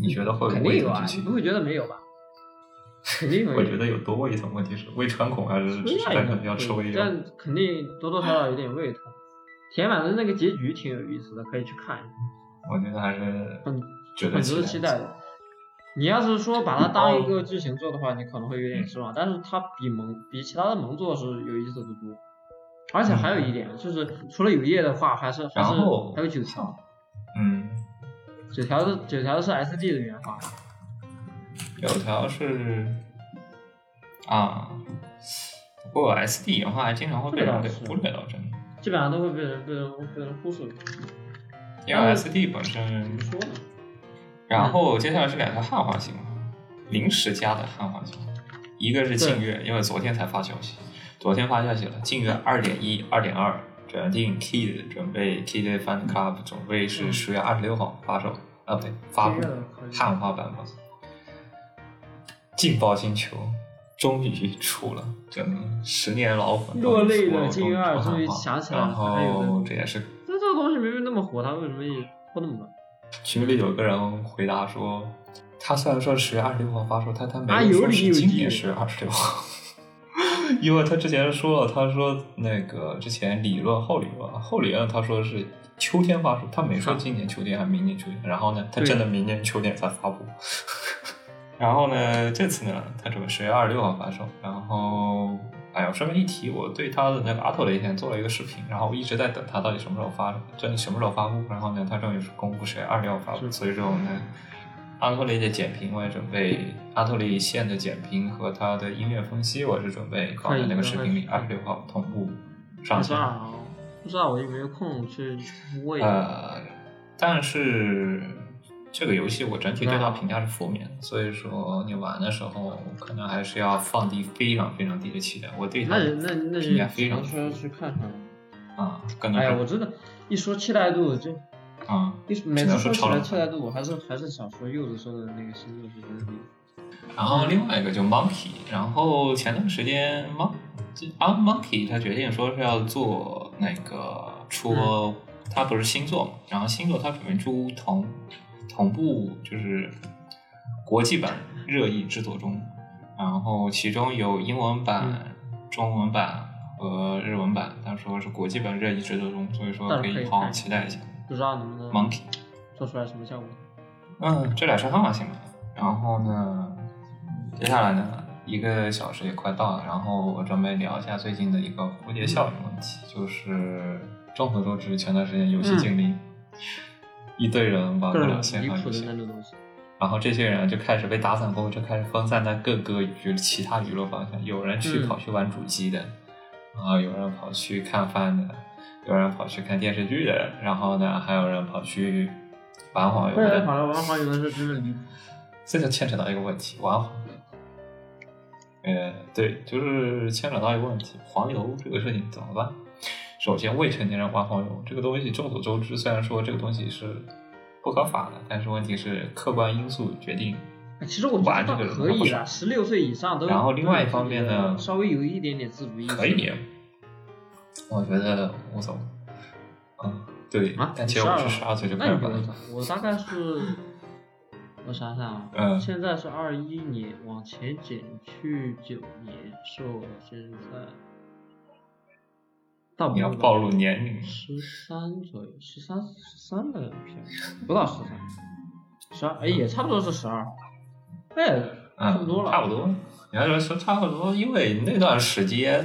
Speaker 1: 你觉得会
Speaker 2: 肯
Speaker 1: 有
Speaker 2: 定
Speaker 1: 未
Speaker 2: 有
Speaker 1: 成
Speaker 2: 啊
Speaker 1: 之，
Speaker 2: 你
Speaker 1: 情
Speaker 2: 不？会觉得没有 吧？肯定会有。
Speaker 1: 我觉得有多胃疼，问题是胃穿孔还是只是单纯要吃胃药？
Speaker 2: 但肯定多多少少有点胃痛。铁板的那个结局挺有意思的，可以去看一下，
Speaker 1: 我觉得还是
Speaker 2: 很
Speaker 1: 值
Speaker 2: 很
Speaker 1: 得
Speaker 2: 值得期
Speaker 1: 期
Speaker 2: 待
Speaker 1: 待。
Speaker 2: 的。你要是说把它
Speaker 1: 哦
Speaker 2: 当一个剧情做的话，你可能会有点失望，但是它比萌比其他的萌作是有意思的多。而且还有一点就是，除了有叶的话，还是还
Speaker 1: 然
Speaker 2: 是
Speaker 1: 后
Speaker 2: 还有九条，
Speaker 1: 嗯，
Speaker 2: 九条的九条是 S D 的原画，
Speaker 1: 有条是啊，不过 SD 原画还经常会被人给忽略到，真的，
Speaker 2: 基本上都会被人被人被人忽视。
Speaker 1: 嗯因为 SD 本身
Speaker 2: 怎么。说呢？
Speaker 1: 然后
Speaker 2: 嗯
Speaker 1: 接下来是两条汉化新闻，临时加的汉化新闻，一个是劲月，因为昨天才发消息，昨天发消息了，劲月二点一、二点二转定 Kid 准备 Kid Fan Club 准备
Speaker 2: 嗯
Speaker 1: 是十月二十六号发售，啊不对，发布
Speaker 2: 劲乐可以
Speaker 1: 汉化版本，劲爆星球终于出了，真的十年老粉
Speaker 2: 落泪
Speaker 1: 出
Speaker 2: 的
Speaker 1: 了
Speaker 2: 劲乐二终于
Speaker 1: 出汉化
Speaker 2: 想起来了
Speaker 1: 然
Speaker 2: 还有
Speaker 1: 后这也是
Speaker 2: 但这个东西明明那么火，它为什么也拖那么慢？
Speaker 1: 群里有个人回答说，他虽然说十月二十六号发售，但他没
Speaker 2: 啊有
Speaker 1: 说
Speaker 2: 理
Speaker 1: 是
Speaker 2: 有
Speaker 1: 今
Speaker 2: 据
Speaker 1: 年十月二十六号， 因为他之前说了，他说那个之前理论后理论后理论，他说是秋天发售，他没说今年秋天还是明年秋天，然后呢，他
Speaker 2: 啊对
Speaker 1: 真的明年秋天才发布。然后呢，这次呢，他准备十月二十六号发售。然后，哎呀，顺便一提，我对他的那个阿拓雷天做了一个视频，然后我一直在等他到底什么时候发，真的什么时候发布。然后呢，他终于是公布十月二十六号发布，
Speaker 2: 是
Speaker 1: 所以说我们阿拓雷的简评我也准备，阿拓雷线的简评和他的音乐分析我是准备放在那个视频里，二十六号同步上
Speaker 2: 不知
Speaker 1: 线。
Speaker 2: 道，不知道我有没有空去喂。
Speaker 1: 呃，但是这个游戏我整体对它评价是负面的，所以说你玩的时候可能还是要放低非常非常低的期待。我对它
Speaker 2: 那就那就那
Speaker 1: 评价非
Speaker 2: 就只
Speaker 1: 常
Speaker 2: 能说去看看。
Speaker 1: 啊，可能
Speaker 2: 哎呀，
Speaker 1: 是
Speaker 2: 我真的，一说期待度就
Speaker 1: 啊。
Speaker 2: 一每次说起
Speaker 1: 超
Speaker 2: 来
Speaker 1: 冷
Speaker 2: 期待度，我还是还是想说柚子说的那个星座是真的。
Speaker 1: 然后另外一个就
Speaker 2: 嗯
Speaker 1: Monkey，然后前段时间 Mon 啊 Monkey 他决定说是要做那个出，
Speaker 2: 嗯
Speaker 1: 他不是星座嘛，然后星座他准备出同同步就是国际版热议制作中，然后其中有英文版、
Speaker 2: 嗯
Speaker 1: 中文版和日文版，他说是国际版热议制作中，所以说
Speaker 2: 到时候
Speaker 1: 可
Speaker 2: 可
Speaker 1: 以
Speaker 2: 以
Speaker 1: 好好
Speaker 2: 看嗯
Speaker 1: 期待一下
Speaker 2: 不知道能不能
Speaker 1: Monkey。
Speaker 2: 做出来什么效果？
Speaker 1: 嗯，这俩是汉化新闻。然后呢，接下来呢，一个小
Speaker 2: 嗯
Speaker 1: 时也快到了，然后我准备聊一下最近的一个蝴蝶效应问题，就是众所周知，前段时间游戏经历、一堆人玩不
Speaker 2: 嗯各
Speaker 1: 哦了
Speaker 2: 种
Speaker 1: 线
Speaker 2: 离
Speaker 1: 上
Speaker 2: 谱
Speaker 1: 游
Speaker 2: 的
Speaker 1: 戏
Speaker 2: 那，种东西。
Speaker 1: 然后这些人就开始被打散后，就开始分散在各个娱其他娱乐方向，有人去
Speaker 2: 嗯
Speaker 1: 跑去玩主机的，然后有人跑去看番的，有人跑去看电视剧的，然后呢，还有人跑去玩黄油
Speaker 2: 不然
Speaker 1: 的。
Speaker 2: 好像玩黄油的时候真的离谱。
Speaker 1: 这就牵扯到一个问题，玩黄，呃，对，就是牵扯到一个问题，黄油这个事情怎么办？首先，未成年人玩黄油这个东西，众所周知，虽然说这个东西是不合法的，但是问题是客观因素决定。
Speaker 2: 哎其实我觉
Speaker 1: 玩
Speaker 2: 得
Speaker 1: 这
Speaker 2: 倒
Speaker 1: 个人
Speaker 2: 可
Speaker 1: 他不
Speaker 2: 以
Speaker 1: 爽
Speaker 2: 了，十六岁以上都。
Speaker 1: 然后另外一方面呢
Speaker 2: 稍微有一点点自主意识。
Speaker 1: 可以，啊我觉得无所谓。嗯，对，
Speaker 2: 啊
Speaker 1: 但其实我是
Speaker 2: 你
Speaker 1: 十
Speaker 2: 12
Speaker 1: 二岁就开
Speaker 2: 那
Speaker 1: 始
Speaker 2: 你不
Speaker 1: 玩
Speaker 2: 用
Speaker 1: 了。
Speaker 2: 找，我大概是，我想想啊，
Speaker 1: 嗯
Speaker 2: 现在是二一年，往前减去九年，是我现在，到
Speaker 1: 你要暴露年龄，
Speaker 2: 十三左右，十三十三的片，不到十三，十二哎也差不多是十二，哎差不多
Speaker 1: 嗯，
Speaker 2: 了，
Speaker 1: 差不多。你要说差不多，因为那段时间，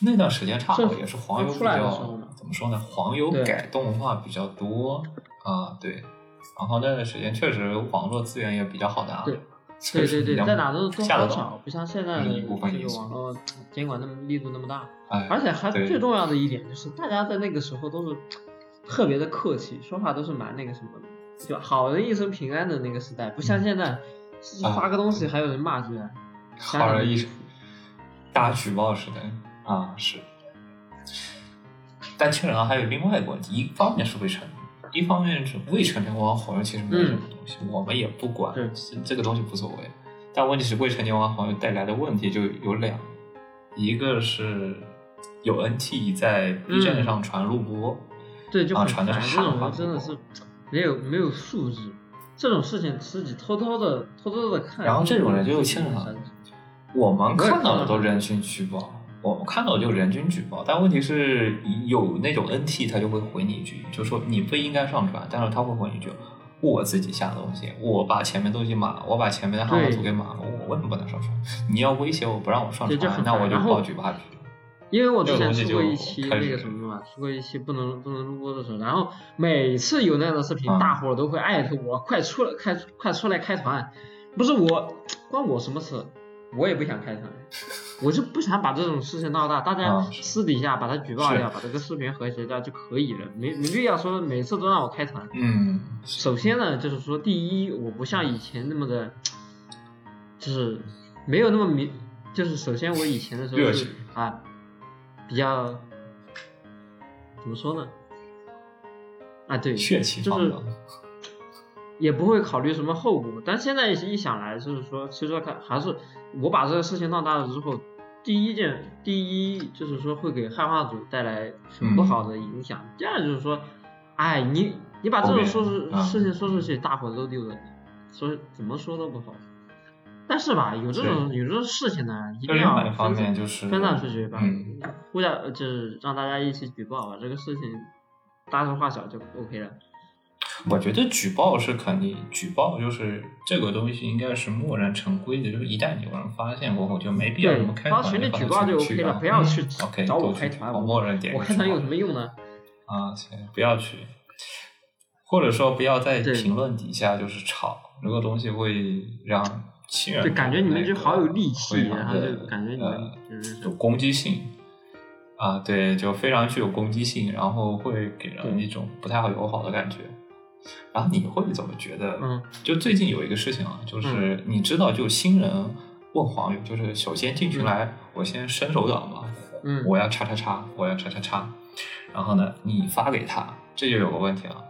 Speaker 1: 那段时间差不多
Speaker 2: 是
Speaker 1: 也是黄油比
Speaker 2: 出来的时
Speaker 1: 较
Speaker 2: 候嘛
Speaker 1: 怎么说呢？黄油
Speaker 2: 对
Speaker 1: 改动画比较多啊，对。然后那段时间确实网络资源也比较好拿，
Speaker 2: 对
Speaker 1: 确
Speaker 2: 对
Speaker 1: 实
Speaker 2: 对
Speaker 1: 比
Speaker 2: 对，
Speaker 1: 较
Speaker 2: 在哪都都
Speaker 1: 下得
Speaker 2: 好
Speaker 1: 到
Speaker 2: 少，不像现在
Speaker 1: 这
Speaker 2: 的
Speaker 1: 是
Speaker 2: 这
Speaker 1: 一部
Speaker 2: 个
Speaker 1: 分因素
Speaker 2: 网络监管那么力度那么大，
Speaker 1: 哎，
Speaker 2: 而且还
Speaker 1: 对
Speaker 2: 最重要的一点就是，大家在那个时候都是特别的客气，说话都是蛮那个什么的，就好人一生平安的那个时代，不像现在，是
Speaker 1: 嗯啊
Speaker 2: 发个东西还有人骂居然。想
Speaker 1: 好
Speaker 2: 想
Speaker 1: 人
Speaker 2: 就
Speaker 1: 一
Speaker 2: 离
Speaker 1: 生
Speaker 2: 谱
Speaker 1: 大举报时代啊，是。但确实啊还有另外一个问题，一方面是未成年，一方面是未成年玩黄油其实没有什么东西，我们也不管
Speaker 2: 嗯对，
Speaker 1: 这个东西无所谓。但问题是未成年玩黄油带来的问题就有两，一个是有 NT 在 B 站
Speaker 2: 嗯
Speaker 1: 上传录播，
Speaker 2: 对，就
Speaker 1: 啊
Speaker 2: 很
Speaker 1: 传
Speaker 2: 烦。
Speaker 1: 的是
Speaker 2: 这
Speaker 1: 汉
Speaker 2: 种
Speaker 1: 化
Speaker 2: 人真的
Speaker 1: 图
Speaker 2: 是没有没有素质，这种事情自己偷偷的偷偷的看。
Speaker 1: 然后这种人就又
Speaker 2: 欠
Speaker 1: 欠了我们看到的都人均举报，我们看到的就人均举报，但问题是有那种 NT 他就会回你一句，就说你不应该上传，但是他会回你一句，我自己下的东西，我把前面东西码了，我把前面的汉化
Speaker 2: 对
Speaker 1: 图给码了，我为什么不能上传？你要威胁我不让我上
Speaker 2: 对这
Speaker 1: 传，
Speaker 2: 很
Speaker 1: 那我
Speaker 2: 烦
Speaker 1: 就
Speaker 2: 然后
Speaker 1: 报举报你。
Speaker 2: 因为我
Speaker 1: 这
Speaker 2: 之
Speaker 1: 个东西
Speaker 2: 前出过
Speaker 1: 就
Speaker 2: 一期
Speaker 1: 开
Speaker 2: 那
Speaker 1: 始
Speaker 2: 个什么嘛，出过一期不能不能录播的时候，然后每次有那样的视频，
Speaker 1: 嗯
Speaker 2: 大伙儿都会艾特我，快出来，快快出来开团，不是我，关我什么事？我也不想开团，我就不想把这种事情闹大，大家
Speaker 1: 嗯
Speaker 2: 私底下把它举报
Speaker 1: 是
Speaker 2: 掉，把这个视频和谐掉就可以了，没没必要说每次都让我开团。
Speaker 1: 嗯，
Speaker 2: 首先呢，就是说，第一，我不像以前那么的，就是没有那么明，就是首先我以前的时
Speaker 1: 热
Speaker 2: 候
Speaker 1: 情
Speaker 2: 是啊，比较怎么说呢？啊，对，
Speaker 1: 血气
Speaker 2: 就
Speaker 1: 方
Speaker 2: 是
Speaker 1: 刚，
Speaker 2: 也不会考虑什么后果。但现在一想来，就是说，其实看还是我把这个事情闹大了之后，第一件，第一就是说会给汉化组带来很
Speaker 1: 嗯
Speaker 2: 不好的影响。第二就是说，哎，你你把这
Speaker 1: 后
Speaker 2: 种
Speaker 1: 面
Speaker 2: 说出、
Speaker 1: 嗯
Speaker 2: 事情说出去，大伙都丢人，所以怎么说都不好。但是吧，有这种有这种事情呢，一
Speaker 1: 这另
Speaker 2: 定要
Speaker 1: 外一方面
Speaker 2: 分
Speaker 1: 就是
Speaker 2: 分散出去吧，
Speaker 1: 嗯，
Speaker 2: 互相就是让大家一起举报吧，这个事情大事化小就 OK 了。
Speaker 1: 我觉得举报是肯定，举报就是这个东西应该是默认成规的，就是一旦有人发现过后，就没必要
Speaker 2: 对
Speaker 1: 什么开
Speaker 2: 发
Speaker 1: 团
Speaker 2: 群里
Speaker 1: 把
Speaker 2: 举
Speaker 1: 它
Speaker 2: 报就
Speaker 1: 群里
Speaker 2: OK 了
Speaker 1: 举报
Speaker 2: 不要去
Speaker 1: 嗯 OK
Speaker 2: 找我
Speaker 1: 都去
Speaker 2: 开团
Speaker 1: 我默认点
Speaker 2: 我
Speaker 1: 个
Speaker 2: 开
Speaker 1: 举
Speaker 2: 团
Speaker 1: 报
Speaker 2: 有什么用呢？
Speaker 1: 啊？行，不要去，或者说不要在
Speaker 2: 对
Speaker 1: 评论底下就是吵，这个东西会让亲人
Speaker 2: 就感觉你们就好有戾气，
Speaker 1: 非常
Speaker 2: 然后
Speaker 1: 的
Speaker 2: 就感觉你们
Speaker 1: 呃
Speaker 2: 就是
Speaker 1: 有攻击性啊，对，就非常具有攻击性，然后会给人
Speaker 2: 对
Speaker 1: 一种不太好友好的感觉。然后你会怎么觉得？
Speaker 2: 嗯，
Speaker 1: 就最近有一个事情啊，就是你知道，就新人问黄友，就是首先进群来，我先伸手党嘛，
Speaker 2: 嗯
Speaker 1: 我要叉叉叉，我要叉叉叉，然后呢，你发给他，这就有个问题了。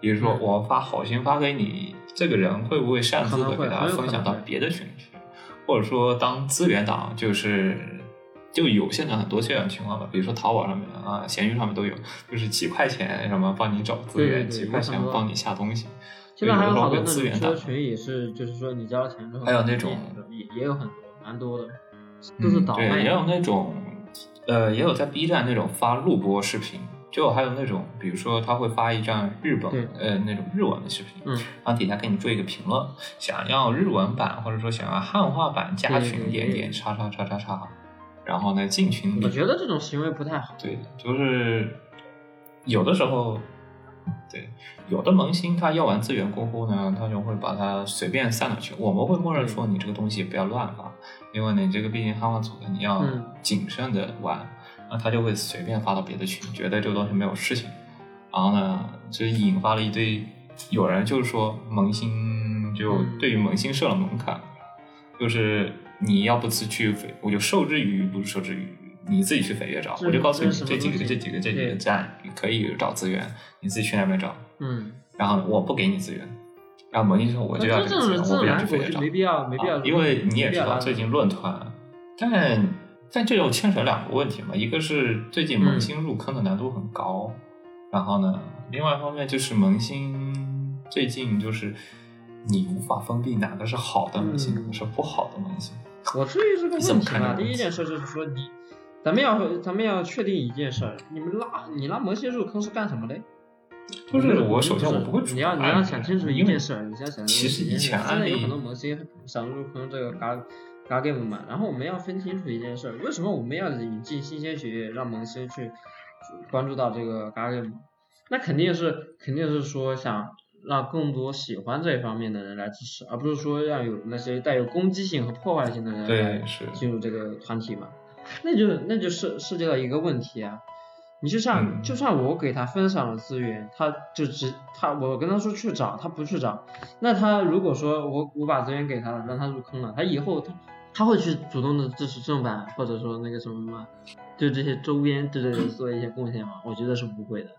Speaker 1: 比如说，
Speaker 2: 嗯
Speaker 1: 我发好心发给你，这个人会不会擅自
Speaker 2: 可
Speaker 1: 的
Speaker 2: 能会
Speaker 1: 给大家
Speaker 2: 很有
Speaker 1: 分享
Speaker 2: 可
Speaker 1: 到
Speaker 2: 能会
Speaker 1: 别的群去？或者说当资源党，就是就有现在很多这样的情况吧，比如说淘宝上面啊、闲鱼上面都有，就是几块钱什么帮你找资源，
Speaker 2: 对对对
Speaker 1: 几块钱
Speaker 2: 有很多
Speaker 1: 帮你下东西，
Speaker 2: 现在还有好
Speaker 1: 对有时候会
Speaker 2: 多那种
Speaker 1: 资源
Speaker 2: 直
Speaker 1: 大
Speaker 2: 播群也是，就是说你交了钱之后，
Speaker 1: 还有那种
Speaker 2: 也也有很多蛮多的，都是倒
Speaker 1: 嗯对，
Speaker 2: 卖
Speaker 1: 也有
Speaker 2: 的。
Speaker 1: 那种，呃，也有在 B 站那种发录播视频，就还有那种，比如说他会发一张日本
Speaker 2: 对
Speaker 1: 呃那种日文的视频，
Speaker 2: 嗯，
Speaker 1: 然后底下给你做一个评论，想要日文版或者说想要汉化版加
Speaker 2: 对对
Speaker 1: 群
Speaker 2: 对
Speaker 1: 点
Speaker 2: 对
Speaker 1: 点叉叉叉叉叉，然后呢进群里
Speaker 2: 我觉得这种行为不太好。
Speaker 1: 对，就是有的时候，对，有的萌新他要完资源过后呢，他就会把它随便散了去。我们会默认说你这个东西不要乱发，因为你这个毕竟汉化组的，你要
Speaker 2: 嗯
Speaker 1: 谨慎的玩。那他就会随便发到别的群，觉得这个东西没有事情。然后呢，就引发了一堆，有人就是说萌新就
Speaker 2: 嗯
Speaker 1: 对于萌新设了门槛，就是你要不辞去飞，我就受制于不是受制于你自己去飞跃找，
Speaker 2: 这
Speaker 1: 我就告诉
Speaker 2: 这
Speaker 1: 你
Speaker 2: 是什么
Speaker 1: 这几个
Speaker 2: 东西
Speaker 1: 这几个这几个
Speaker 2: 对
Speaker 1: 站你可以找资源，你自己去那边找。
Speaker 2: 嗯，
Speaker 1: 然后我不给你资源，然后萌新说我就要
Speaker 2: 这
Speaker 1: 这个资
Speaker 2: 种
Speaker 1: 源，
Speaker 2: 这
Speaker 1: 我不想去
Speaker 2: 种懒
Speaker 1: 飞
Speaker 2: 狗
Speaker 1: 跃
Speaker 2: 就
Speaker 1: 找。
Speaker 2: 没必要，没必要
Speaker 1: 啊
Speaker 2: 拉，
Speaker 1: 因为你也知
Speaker 2: 没必要
Speaker 1: 道
Speaker 2: 拉
Speaker 1: 最近论坛，但但这又牵扯两个问题嘛，一个是最近
Speaker 2: 嗯
Speaker 1: 萌新入坑的难度很高，然后呢，另外一方面就是萌新最近就是你无法分辨哪个是好的萌新，哪
Speaker 2: 嗯
Speaker 1: 个是不好的萌新。
Speaker 2: 我至于这个
Speaker 1: 你怎么
Speaker 2: 问题
Speaker 1: 看这
Speaker 2: 吧，
Speaker 1: 个
Speaker 2: 第
Speaker 1: 问
Speaker 2: 一
Speaker 1: 题
Speaker 2: 件事就是说你，咱们要咱们要确定一件事儿，你们拉你拉魔仙入坑是干什么嘞？
Speaker 1: 就是我
Speaker 2: 不
Speaker 1: 首先我不会主
Speaker 2: 你要你
Speaker 1: 动按
Speaker 2: 要
Speaker 1: 你
Speaker 2: 想清楚一件事儿，你先想清楚一
Speaker 1: 其
Speaker 2: 件事。
Speaker 1: 实以前
Speaker 2: 现
Speaker 1: 案
Speaker 2: 在有
Speaker 1: 例
Speaker 2: 很多模型想入坑这个嘎嘎 game 嘛，然后我们要分清楚一件事儿，为什么我们要引进新鲜血液，让萌新去关注到这个嘎 game？那肯定是肯定是说想让更多喜欢这一方面的人来支持，而不是说让有那些带有攻击性和破坏性的人来
Speaker 1: 对，是
Speaker 2: 进入这个团体嘛，那就那就涉涉及到一个问题啊，你就像、
Speaker 1: 嗯
Speaker 2: 就算我给他分享了资源，他就只他我跟他说去找，他不去找，那他如果说我我把资源给他了，让他入坑了，他以后他他会去主动的支持正版或者说那个什么嘛，对这些周边之类的做一些贡献吗？我觉得是不会的，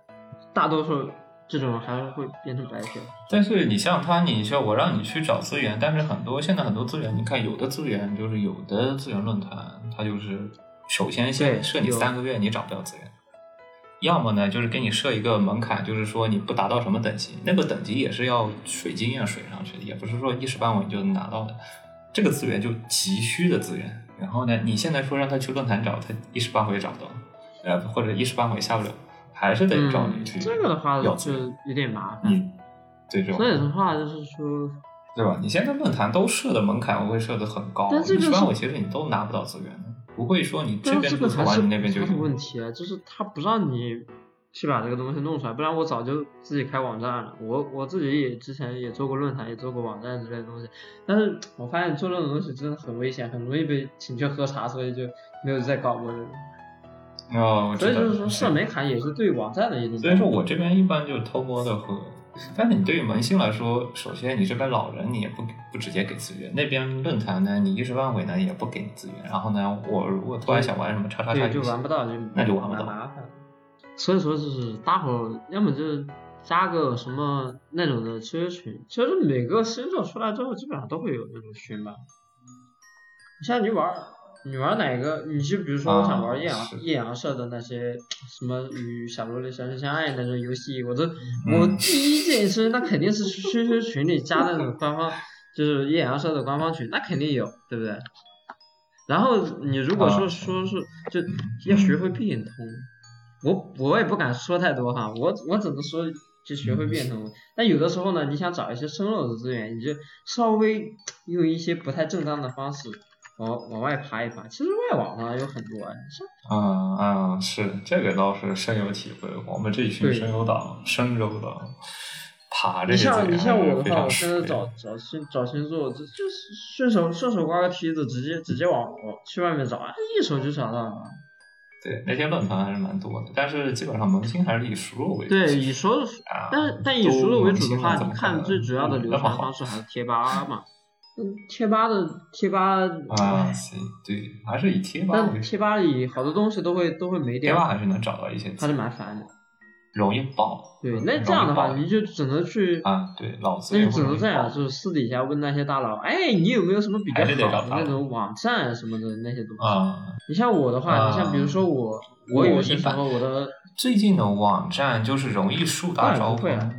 Speaker 2: 大多数这种还是会变成白嫖。
Speaker 1: 但是你像他，你像我让你去找资源，但是很多现在很多资源，你看有的资源就是有的资源论坛，它就是首先
Speaker 2: 对
Speaker 1: 先设你
Speaker 2: 有
Speaker 1: 三个月你找不到资源，要么呢就是给你设一个门槛，就是说你不达到什么等级，那个等级也是要水经验水上去的，也不是说一时半会你就能拿到的。这个资源就急需的资源，然后呢，你现在说让他去论坛找，他一时半会也找不到，呃，或者一时半会下不了，还是得找你
Speaker 2: 嗯
Speaker 1: 去，
Speaker 2: 这个的话
Speaker 1: 要
Speaker 2: 就
Speaker 1: 资源。
Speaker 2: 有点麻烦。
Speaker 1: 嗯，对这种。
Speaker 2: 所以的话就是说，
Speaker 1: 对吧？你现在论坛都设的门槛会设的很高，
Speaker 2: 但这个
Speaker 1: 一般
Speaker 2: 是
Speaker 1: 我其实你都拿不到资源的，不会说你这
Speaker 2: 但
Speaker 1: 边
Speaker 2: 这
Speaker 1: 吐
Speaker 2: 个
Speaker 1: 槽
Speaker 2: 还
Speaker 1: 完
Speaker 2: 是
Speaker 1: 你那边就
Speaker 2: 还是问
Speaker 1: 有。
Speaker 2: 题啊，就是他不让你去把这个东西弄出来，不然我早就自己开网站了。我我自己也之前也做过论坛，也做过网站之类的东西，但是我发现做这种东西真的很危险，很容易被请去喝茶，所以就没有再搞过这个。
Speaker 1: 哦，我知
Speaker 2: 所以
Speaker 1: 道
Speaker 2: 就是说设门槛也是对网站的一种。
Speaker 1: 所以说我这边一般就是偷摸的喝。但是你对于萌新来说，首先你这边老人你也不不直接给资源，那边论坛呢，你一时半会呢也不给你资源。然后呢，我如果突然想玩什么叉叉叉
Speaker 2: 对，
Speaker 1: 游
Speaker 2: 就
Speaker 1: 戏
Speaker 2: 玩，不到，就
Speaker 1: 那就玩不到
Speaker 2: 蛮麻烦。所以说就是大伙儿要么就是加个什么那种的 QQ 群，其实每个新手出来之后基本上都会有那种群吧。你像你玩儿，你玩儿哪个？你就比如说我想玩
Speaker 1: 啊
Speaker 2: 儿艳阳、
Speaker 1: 是
Speaker 2: 艳阳社的那些什么与小萝莉相知相爱那种游戏，我都、
Speaker 1: 嗯
Speaker 2: 我第一件事那肯定是去 QQ 群里加那种官方，就是艳阳社的官方群，那肯定有，对不对？然后你如果说、
Speaker 1: 啊
Speaker 2: 说是就要学会变通，我我也不敢说太多哈，我我只能说就学会变通。但有的时候呢，你想找一些生肉的资源，你就稍微用一些不太正当的方式往往外爬一爬。其实外网上有很多啊，你像
Speaker 1: 嗯嗯，是这个倒是深有体会。我们这一群
Speaker 2: 对
Speaker 1: 深有党、深柔党，爬这
Speaker 2: 你
Speaker 1: 些资
Speaker 2: 像
Speaker 1: 源
Speaker 2: 你像
Speaker 1: 还是
Speaker 2: 我
Speaker 1: 非
Speaker 2: 的话，
Speaker 1: 常
Speaker 2: 我现在
Speaker 1: 实
Speaker 2: 找找新找新作，就就是顺手顺手刮个梯子，直接直接往我去外面找，啊，一手就找到了。
Speaker 1: 对，那些论坛还是蛮多的，但是基本上萌新还是以熟肉为主。
Speaker 2: 对，以熟，
Speaker 1: 啊，
Speaker 2: 但是但以熟肉为主的话，
Speaker 1: 都
Speaker 2: 你看最主
Speaker 1: 嗯
Speaker 2: 要的流传方式还是贴吧嘛。嗯，贴吧的贴吧，
Speaker 1: 啊，行对，还是以贴吧为
Speaker 2: 但
Speaker 1: 主，
Speaker 2: 贴吧里好多东西都会都会没
Speaker 1: 贴
Speaker 2: 掉，
Speaker 1: 吧还是能找到一些资
Speaker 2: 还是
Speaker 1: 源，
Speaker 2: 蛮烦的。
Speaker 1: 容易爆。
Speaker 2: 对，
Speaker 1: 嗯
Speaker 2: 那这样的话，
Speaker 1: 容易
Speaker 2: 你就只能去
Speaker 1: 爆啊，对，老资
Speaker 2: 那
Speaker 1: 源
Speaker 2: 就只能这样，
Speaker 1: 会容易爆
Speaker 2: 就是私底下问那些大佬，哎，你有没有什么比较
Speaker 1: 还是得
Speaker 2: 好
Speaker 1: 找
Speaker 2: 的
Speaker 1: 大佬
Speaker 2: 那种网站什么的那些东西？
Speaker 1: 啊。
Speaker 2: 你像我的话，
Speaker 1: 啊
Speaker 2: 你像比如说我，
Speaker 1: 我
Speaker 2: 我有些
Speaker 1: 一
Speaker 2: 时
Speaker 1: 般
Speaker 2: 候我的
Speaker 1: 最近的网站就是容易树
Speaker 2: 当
Speaker 1: 大
Speaker 2: 然
Speaker 1: 招
Speaker 2: 不会啊
Speaker 1: 风，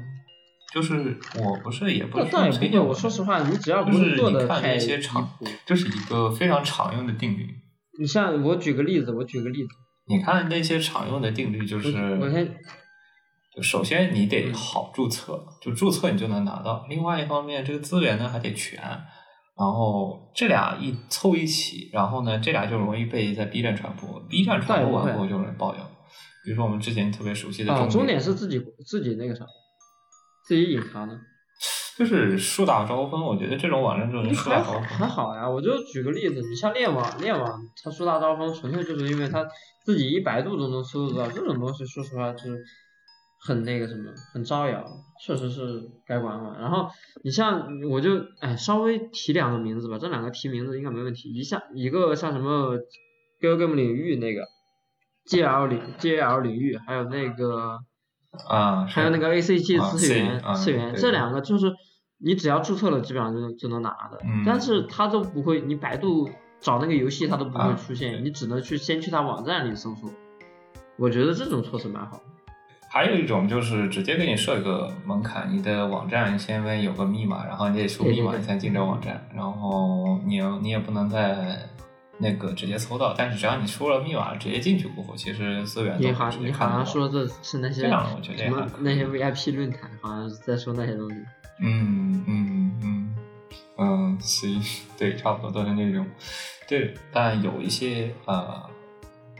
Speaker 1: 就是我不是也不
Speaker 2: 倒
Speaker 1: 是
Speaker 2: 倒也不
Speaker 1: 吹
Speaker 2: 会，
Speaker 1: 牛
Speaker 2: 我说实话，你只要
Speaker 1: 就
Speaker 2: 不
Speaker 1: 是
Speaker 2: 做
Speaker 1: 你
Speaker 2: 的
Speaker 1: 看
Speaker 2: 太
Speaker 1: 那
Speaker 2: 离
Speaker 1: 些常
Speaker 2: 谱，
Speaker 1: 就是一个非常常用的定律。
Speaker 2: 你像我举个例子，我举个例子，
Speaker 1: 你看那些常用的定律就是
Speaker 2: 我我先，
Speaker 1: 就首先你得好注册，就注册你就能拿到。另外一方面，这个资源呢还得全，然后这俩一凑一起，然后呢这俩就容易被在 B 站传播，B 站传播完过后就有人爆料。比如说我们之前特别熟悉的
Speaker 2: 啊，
Speaker 1: 重
Speaker 2: 终点是自己自己那个啥，自己隐藏的，
Speaker 1: 就是树大招风。我觉得这种网站就是树大
Speaker 2: 哎还
Speaker 1: 招
Speaker 2: 好
Speaker 1: 风。
Speaker 2: 还好呀。我就举个例子，你像猎网，猎网它树大招风，纯粹就是因为它自己一百度都能搜得到，这种东西说实话就是很那个什么，很招摇，确实是该管管。然后你像我就哎稍微提两个名字吧，这两个提名字应该没问题。一下一个像什么 g a l g a m 领域那个 GL 领 GL 领域，还有那个。
Speaker 1: 啊，是
Speaker 2: 还有那个 ACG
Speaker 1: 啊
Speaker 2: 次元、
Speaker 1: 啊
Speaker 2: 次元
Speaker 1: 对
Speaker 2: 这两个就是你只要注册了，基本上就能就能拿的。
Speaker 1: 嗯
Speaker 2: 但是它都不会，你百度找那个游戏它都不会
Speaker 1: 啊
Speaker 2: 出现，
Speaker 1: 对
Speaker 2: 你只能去先去它网站里搜索。我觉得这种措施蛮好。
Speaker 1: 还有一种就是直接给你设一个门槛，你的网站先为有个密码，然后你得输密码
Speaker 2: 对对对
Speaker 1: 你才进这个网站，然后你又你也不能在那个直接搜到，但是只要你输了密码直接进去过后，其实资源
Speaker 2: 你
Speaker 1: 哎都
Speaker 2: 好
Speaker 1: 可以，直接
Speaker 2: 你
Speaker 1: 看
Speaker 2: 好
Speaker 1: 得到
Speaker 2: 像说的是那些
Speaker 1: 这样我觉得
Speaker 2: 什
Speaker 1: 也还可
Speaker 2: 么
Speaker 1: 以
Speaker 2: 那些 VIP 论坛，好像是在说那些东西。
Speaker 1: 嗯嗯嗯嗯，行，对，差不多都是那种，对，但有一些呃。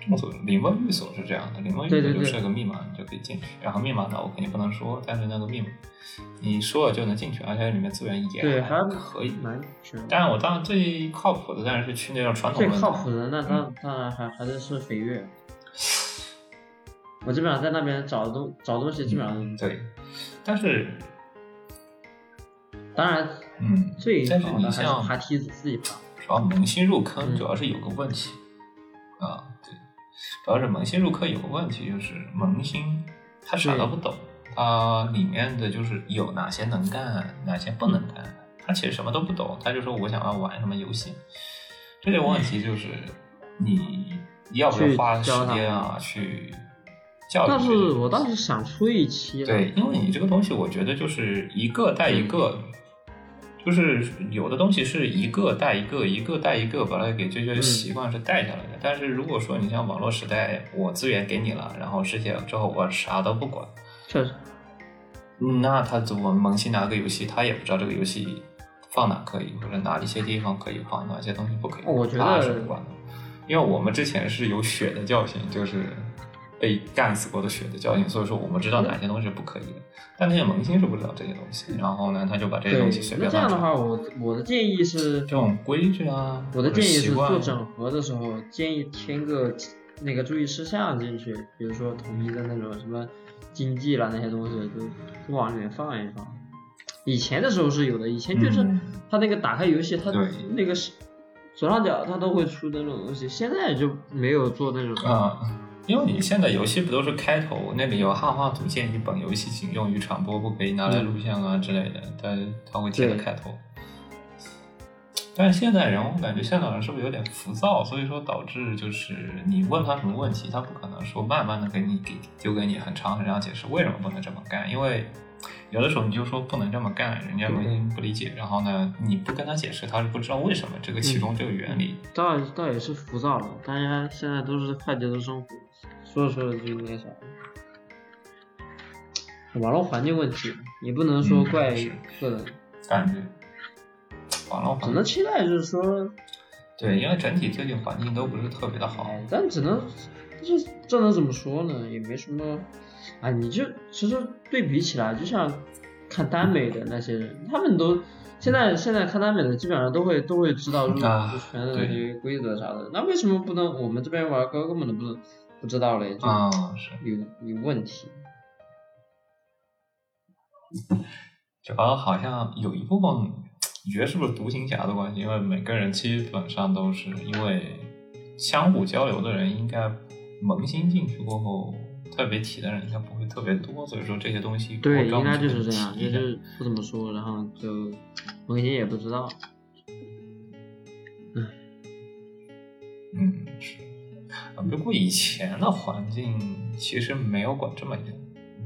Speaker 1: 众所灵问律所是这样的，灵问
Speaker 2: 对
Speaker 1: 律
Speaker 2: 对
Speaker 1: 所就
Speaker 2: 对
Speaker 1: 设个密码，你就可以进去。然后密码呢，我肯定不能说，但是那个密码你说了就能进去，而且里面资源也
Speaker 2: 对，还
Speaker 1: 可以。
Speaker 2: 蛮全。
Speaker 1: 但是我当然最靠谱的当然是去那种传统
Speaker 2: 最
Speaker 1: 论坛
Speaker 2: 靠谱的那当当然还还是是飞跃。 我基本上在那边找的东找东西，基本上
Speaker 1: 嗯对，但是
Speaker 2: 当然
Speaker 1: 嗯，
Speaker 2: 最
Speaker 1: 但是
Speaker 2: 好
Speaker 1: 你
Speaker 2: 的还是
Speaker 1: 像
Speaker 2: 爬梯子自己爬。
Speaker 1: 主要萌新入坑
Speaker 2: 嗯
Speaker 1: 主要是有个问题、啊，对，主要是萌新入坑有个问题就是萌新他啥都不懂，他里面的就是有哪些能干，哪些不能
Speaker 2: 嗯
Speaker 1: 干，他其实什么都不懂，他就说我想要玩什么游戏，这个问题就是你要不要
Speaker 2: 去
Speaker 1: 花时
Speaker 2: 教他
Speaker 1: 间啊去教育
Speaker 2: 但
Speaker 1: 这
Speaker 2: 是
Speaker 1: 些东西？
Speaker 2: 我倒是想出一期的，
Speaker 1: 对，因为你这个东西，我觉得就是一个带一个，就是有的东西是一个带一个，一个带一个，把它给这些
Speaker 2: 嗯
Speaker 1: 习惯是带下来的。但是如果说你像网络时代，我资源给你了，然后事情之后我啥都不管，
Speaker 2: 确实，
Speaker 1: 嗯那他怎么萌新拿个游戏，他也不知道这个游戏放哪可以，或者哪一些地方可以放，哪些东西不可以，
Speaker 2: 我觉得
Speaker 1: 他是不管的。因为我们之前是有血的教训，就是被干死过的血的教训，所以说我们知道哪些东西是不可以的，但那些萌新是不知道这些东西，然后呢，他就把这些
Speaker 2: 对
Speaker 1: 东西随。
Speaker 2: 那
Speaker 1: 便
Speaker 2: 这
Speaker 1: 乱
Speaker 2: 样的
Speaker 1: 传。
Speaker 2: 话，我我的建议是
Speaker 1: 这，种规矩啊，
Speaker 2: 我的建议是
Speaker 1: 或
Speaker 2: 做
Speaker 1: 者习惯
Speaker 2: 整合的时候，建议添个那个注意事项进去，比如说统一的那种什么经济啦那些东西，就往里面放一放。以前的时候是有的，以前就是
Speaker 1: 嗯
Speaker 2: 他那个打开游戏，他
Speaker 1: 对
Speaker 2: 那个是左上角他都会出那种东西，现在就没有做那种
Speaker 1: 啊、因为你现在游戏不都是开头那里有汉化图建议本游戏仅用于传播，不可以拿来录像啊之类的，它它会贴在
Speaker 2: 嗯对
Speaker 1: 开头。但是现在人，我感觉现在人是不是有点浮躁？所以说导致就是你问他什么问题，他不可能说慢慢的给你给丢给你很长很长解释为什么不能这么干，因为有的时候你就说不能这么干，人家不不理解，然后呢你不跟他解释，他是不知道为什么这个
Speaker 2: 嗯
Speaker 1: 其中这个原理。
Speaker 2: 倒倒也是浮躁了，大家现在都是快节奏生活，说着说着就那啥了。网络环境问题，你不能说
Speaker 1: 嗯
Speaker 2: 怪
Speaker 1: 是
Speaker 2: 个人，
Speaker 1: 感觉，完了，
Speaker 2: 只能期待就是说，
Speaker 1: 对，因为整体最近环境都不是特别的好。
Speaker 2: 哎，但只能这这能怎么说呢？也没什么，啊，你就其实对比起来，就像看耽美的那些人，他们都现在现在看耽美的基本上都会都会知道入
Speaker 1: 啊
Speaker 2: 入圈的那些规则啥的，那为什么不能我们这边玩哥根本都不能不知道嘞？就
Speaker 1: 啊、是，
Speaker 2: 有有问题。
Speaker 1: 主要好像有一部分，你觉得是不是独行侠的关系？因为每个人基本上都是因为相互交流的人，应该萌新进去过后，特别提的人应该不会特别多，所以说这些东西
Speaker 2: 对，
Speaker 1: 我专
Speaker 2: 应
Speaker 1: 门
Speaker 2: 该就
Speaker 1: 去
Speaker 2: 是这样，
Speaker 1: 提
Speaker 2: 就
Speaker 1: 一下
Speaker 2: 是不怎么说，然后就文杰也不知道。
Speaker 1: 嗯是。啊不过以前的环境其实没有管这么严。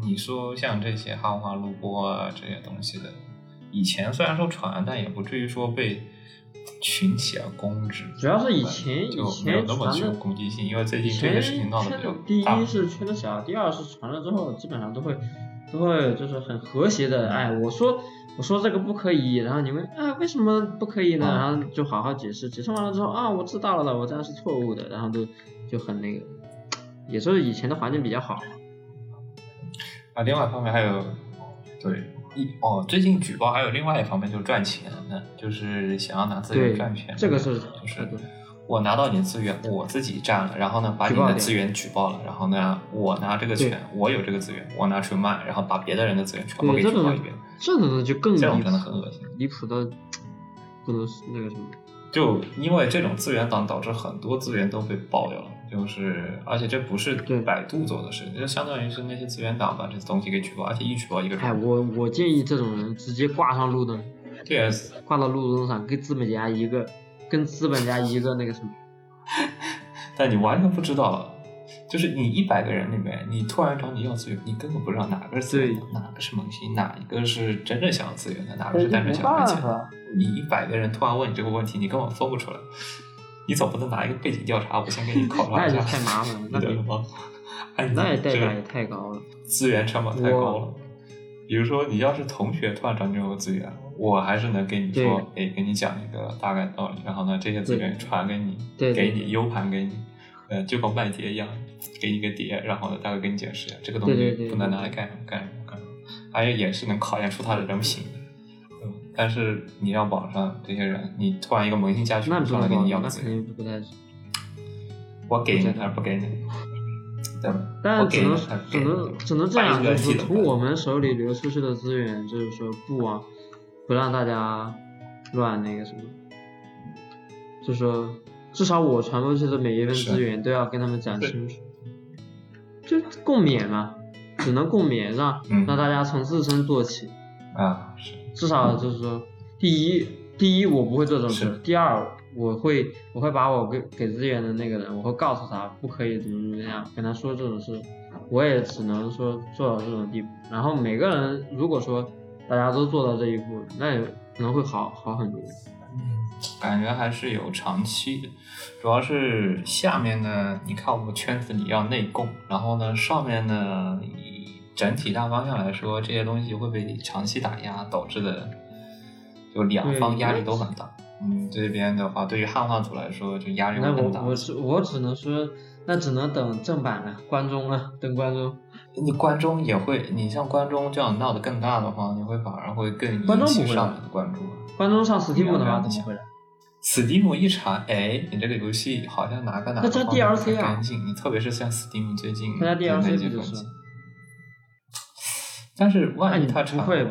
Speaker 1: 你说像这些汉化录播啊这些东西的，以前虽然说传，但也不至于说被群起而攻之。
Speaker 2: 主要是以前
Speaker 1: 就
Speaker 2: 以
Speaker 1: 没有
Speaker 2: 前
Speaker 1: 那么
Speaker 2: 传
Speaker 1: 具有
Speaker 2: 的，
Speaker 1: 攻击性，因为最
Speaker 2: 以
Speaker 1: 近这
Speaker 2: 前
Speaker 1: 个事情闹得
Speaker 2: 圈
Speaker 1: 比较
Speaker 2: 第
Speaker 1: 大。
Speaker 2: 一是圈的小，第二是传了之后，基本上都会都会就是很和谐的，哎，我说我说这个不可以，然后你们哎为什么不可以呢？
Speaker 1: 嗯
Speaker 2: 然后就好好解释，解释完了之后啊，我知道了的，我这样是错误的，然后就就很那个，也就是以前的环境比较好。
Speaker 1: 啊，另外一方面还有，对，一哦，最近举报还有另外一方面就是赚钱，嗯，就是想要拿资源
Speaker 2: 对
Speaker 1: 赚钱，，
Speaker 2: 这个是哎
Speaker 1: 就是我拿到你的资源，我自己占了，然后呢把你
Speaker 2: 举报
Speaker 1: 的
Speaker 2: 你
Speaker 1: 资源举报了，然后呢我拿这个
Speaker 2: 对
Speaker 1: 钱，我有这个资源，我拿出去卖，然后把别的人的资源全部
Speaker 2: 对
Speaker 1: 给
Speaker 2: 这
Speaker 1: 举报
Speaker 2: 种
Speaker 1: 一遍，
Speaker 2: 这种的就更
Speaker 1: 这
Speaker 2: 离
Speaker 1: 种
Speaker 2: 谱
Speaker 1: 真的很恶心。
Speaker 2: 离谱的，不能那个什么。
Speaker 1: 就因为这种资源党导致很多资源都被爆掉了，就是而且这不是
Speaker 2: 对
Speaker 1: 百度做的事情，就相当于是那些资源党把这东西给举报，而且一举报一个
Speaker 2: 哎，
Speaker 1: 准。
Speaker 2: 我我建议这种人直接挂上路灯，
Speaker 1: 对啊，
Speaker 2: 挂到路灯上，跟资本家一个，跟资本家一个那个什么。
Speaker 1: 但你完全不知道，就是你一百个人里面，你突然找你要资源，你根本不知道哪个是资源
Speaker 2: 对，
Speaker 1: 哪个是萌新，哪一个是真正想要资源的，哪个
Speaker 2: 但
Speaker 1: 是
Speaker 2: 是
Speaker 1: 单纯
Speaker 2: 没
Speaker 1: 想要
Speaker 2: 办
Speaker 1: 钱。
Speaker 2: 法，
Speaker 1: 你一百个人突然问你这个问题，你根本分不出来。你总不能拿一个背景调查，我先给 你考察
Speaker 2: 那
Speaker 1: 一
Speaker 2: 就
Speaker 1: 下，
Speaker 2: 太麻烦了，
Speaker 1: 你
Speaker 2: 那
Speaker 1: 懂
Speaker 2: 也
Speaker 1: 吗？ 哎
Speaker 2: 那也
Speaker 1: 你
Speaker 2: 代
Speaker 1: 这个
Speaker 2: 价也太高了。
Speaker 1: 资源成本太高
Speaker 2: 哇
Speaker 1: 了。比如说，你要是同学突然找你有资源，我还是能给你说，哎，给你讲一个大概道理，然后呢，这些资源传给你，
Speaker 2: 对对
Speaker 1: 给你 U 盘给你，呃，就跟卖碟一样，给你个碟，然后呢，大概给你解释一下这个东
Speaker 2: 对
Speaker 1: 西
Speaker 2: 对对
Speaker 1: 不能拿来干什么干什么干什么，而且也是能考验出他的人品的。嗯，但是你让网上这些人，你突然一个萌新家去
Speaker 2: 那不
Speaker 1: 上来
Speaker 2: 能
Speaker 1: 给
Speaker 2: 高，
Speaker 1: 你要
Speaker 2: 那
Speaker 1: 资
Speaker 2: 肯
Speaker 1: 源，
Speaker 2: 定不太行。
Speaker 1: 我给你
Speaker 2: 不知道
Speaker 1: 还是不给你？对吧？我
Speaker 2: 但
Speaker 1: 给
Speaker 2: 只
Speaker 1: 你
Speaker 2: 能
Speaker 1: 还是不
Speaker 2: 只
Speaker 1: 给你
Speaker 2: 能只能这样，
Speaker 1: 把一
Speaker 2: 就
Speaker 1: 个
Speaker 2: 是
Speaker 1: 系统
Speaker 2: 从
Speaker 1: 的
Speaker 2: 我们手里流出去的资源，就是说不往不让大家乱那个什么，就说至少我传过去的每一份
Speaker 1: 是
Speaker 2: 资源都要跟他们讲
Speaker 1: 对
Speaker 2: 清楚，就共勉嘛，只能共勉，让
Speaker 1: 嗯
Speaker 2: 让大家从自身做起，
Speaker 1: 啊，是
Speaker 2: 至少就是说，第一，第一我不会做这种
Speaker 1: 是
Speaker 2: 事，第二我会我会把我给给资源的那个人，我会告诉他不可以怎么怎么样，跟他说这种事，我也只能说做到这种地步。然后每个人如果说大家都做到这一步，那也可能会好好很多。
Speaker 1: 感觉还是有长期的，主要是下面呢，你看我们圈子里要内供，然后呢，上面呢，以整体大方向来说，这些东西会被长期打压导致的，就两方
Speaker 2: 对
Speaker 1: 压力都很大。嗯，这边的话，对于汉化组来说，就压力会
Speaker 2: 那
Speaker 1: 更大
Speaker 2: 我。我是我只能说，那只能等正版了，关中了，等关中。
Speaker 1: 你关中也会，你像关中这样闹得更大的话，你会反而会更
Speaker 2: 关
Speaker 1: 引
Speaker 2: 中
Speaker 1: 起
Speaker 2: 不会
Speaker 1: 上面的关注。
Speaker 2: 关中上 Steam 的话
Speaker 1: 了解
Speaker 2: 怎么回来？
Speaker 1: Steam 一查，哎，你这个游戏好像哪个哪个
Speaker 2: 那加
Speaker 1: 方面
Speaker 2: DLC 啊
Speaker 1: 很干净，你特别是像 Steam 最近
Speaker 2: 那加
Speaker 1: 的那
Speaker 2: DLC
Speaker 1: 些
Speaker 2: 不
Speaker 1: 东
Speaker 2: 就是
Speaker 1: 西。但是
Speaker 2: 那
Speaker 1: 万
Speaker 2: 你
Speaker 1: 一他
Speaker 2: 不
Speaker 1: 查，
Speaker 2: 会吧？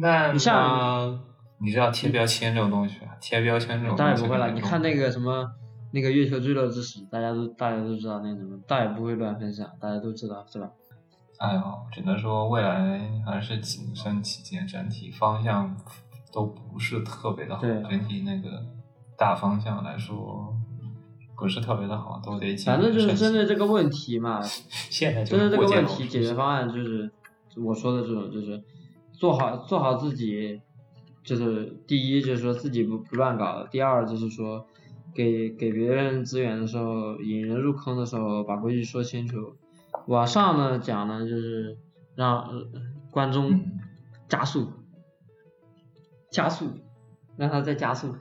Speaker 1: 那
Speaker 2: 你像
Speaker 1: 那你知道贴标签这种东西吧？啊贴标签这种
Speaker 2: 倒
Speaker 1: 东
Speaker 2: 也
Speaker 1: 西
Speaker 2: 不
Speaker 1: 很严重，
Speaker 2: 会了，你看那个什么那个月球坠落之时，大家都大家都知道那什么，倒也不会乱分享，大家都知道是吧？
Speaker 1: 哎呦，只能说未来还是谨慎起见，整体方向都不是特别的好，
Speaker 2: 对
Speaker 1: 整体那个大方向来说不是特别的好，都得谨
Speaker 2: 反正就是
Speaker 1: 慎
Speaker 2: 针
Speaker 1: 起
Speaker 2: 对这个问题 嘛，
Speaker 1: 现在就
Speaker 2: 针
Speaker 1: 是
Speaker 2: 对这个
Speaker 1: 过街
Speaker 2: 问
Speaker 1: 老
Speaker 2: 题
Speaker 1: 鼠
Speaker 2: 解决方案就是我说的这种，就是做好做好自己，就是第一就是说自己不不乱搞，第二就是说给给别人资源的时候，引人入坑的时候把规矩说清楚。往上呢讲呢就是让、呃观众
Speaker 1: 嗯
Speaker 2: 加速，加速，让他再加速。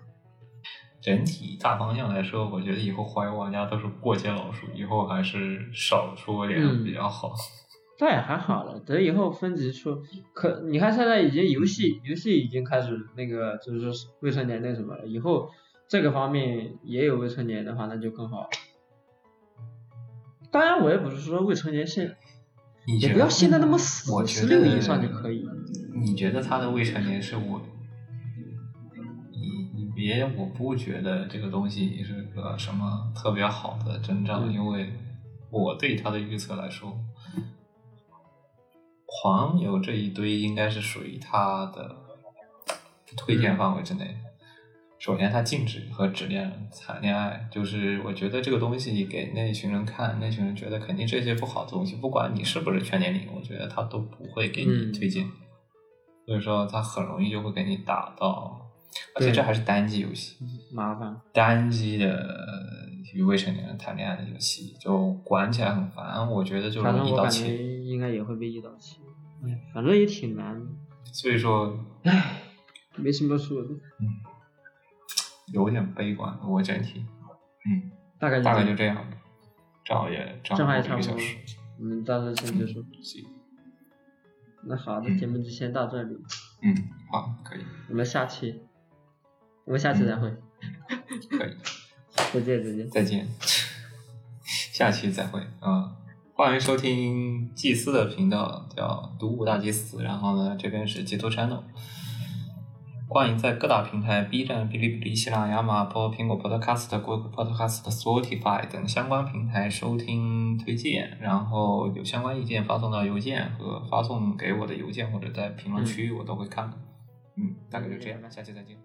Speaker 1: 整体大方向来说，我觉得以后华语玩家都是过街老鼠，以后还是少说点
Speaker 2: 嗯
Speaker 1: 比较好。
Speaker 2: 倒也还好了，等以后分级出，可你看现在已经游戏游戏已经开始那个就是说未成年那什么了，以后这个方面也有未成年的话，那就更好了。当然，我也不是说未成年限，
Speaker 1: 你觉
Speaker 2: 也
Speaker 1: 得
Speaker 2: 不要限得那么死
Speaker 1: 嗯我，觉
Speaker 2: 十
Speaker 1: 得
Speaker 2: 六以上就可以。。
Speaker 1: 你觉得他的未成年是我？你你别，我不觉得这个东西是个什么特别好的征兆，
Speaker 2: 嗯
Speaker 1: 因为我对他的预测来说，黄油这一堆应该是属于他的推荐范围之内。首先，他禁止和只恋谈恋爱，就是我觉得这个东西给那群人看，那群人觉得肯定这些不好的东西，不管你是不是全年龄，我觉得他都不会给你
Speaker 2: 嗯
Speaker 1: 推荐。所以说，他很容易就会给你打到，而且
Speaker 2: 对
Speaker 1: 这还是单机游戏，
Speaker 2: 麻烦，
Speaker 1: 单机的与未成年人谈恋爱的游戏，就管起来很烦。我觉得就
Speaker 2: 反正
Speaker 1: 容易
Speaker 2: 我
Speaker 1: 到
Speaker 2: 感
Speaker 1: 气，
Speaker 2: 觉应该也会被一刀切。
Speaker 1: 嗯
Speaker 2: 哎，反正也挺难的，
Speaker 1: 所以说
Speaker 2: 没什么说的，
Speaker 1: 有点悲观。我整体，嗯，
Speaker 2: 大概
Speaker 1: 大概
Speaker 2: 这
Speaker 1: 就
Speaker 2: 样
Speaker 1: 这样。正好也正
Speaker 2: 正
Speaker 1: 好
Speaker 2: 好也
Speaker 1: 一
Speaker 2: 差
Speaker 1: 个
Speaker 2: 不
Speaker 1: 小
Speaker 2: 多
Speaker 1: 时。
Speaker 2: 我们到这先结束。
Speaker 1: 行
Speaker 2: 那好的，节目就先到这里，
Speaker 1: 嗯，好，可以，
Speaker 2: 我们下期，我们下期再会，
Speaker 1: 可以，
Speaker 2: 再见，再见。
Speaker 1: 再见， 下期再会啊、欢迎收听祭司的频道，叫独舞大祭司。然后呢，这边是截图 channel。欢迎在各大平台 B 站、哔哩哔哩、喜马拉雅、马播、苹果 Podcast、Google Podcast、Spotify 等相关平台收听推荐，然后有相关意见发送到邮件和发送给我的邮件或者在评论区，我都会看。嗯，大概就这样，下期再见。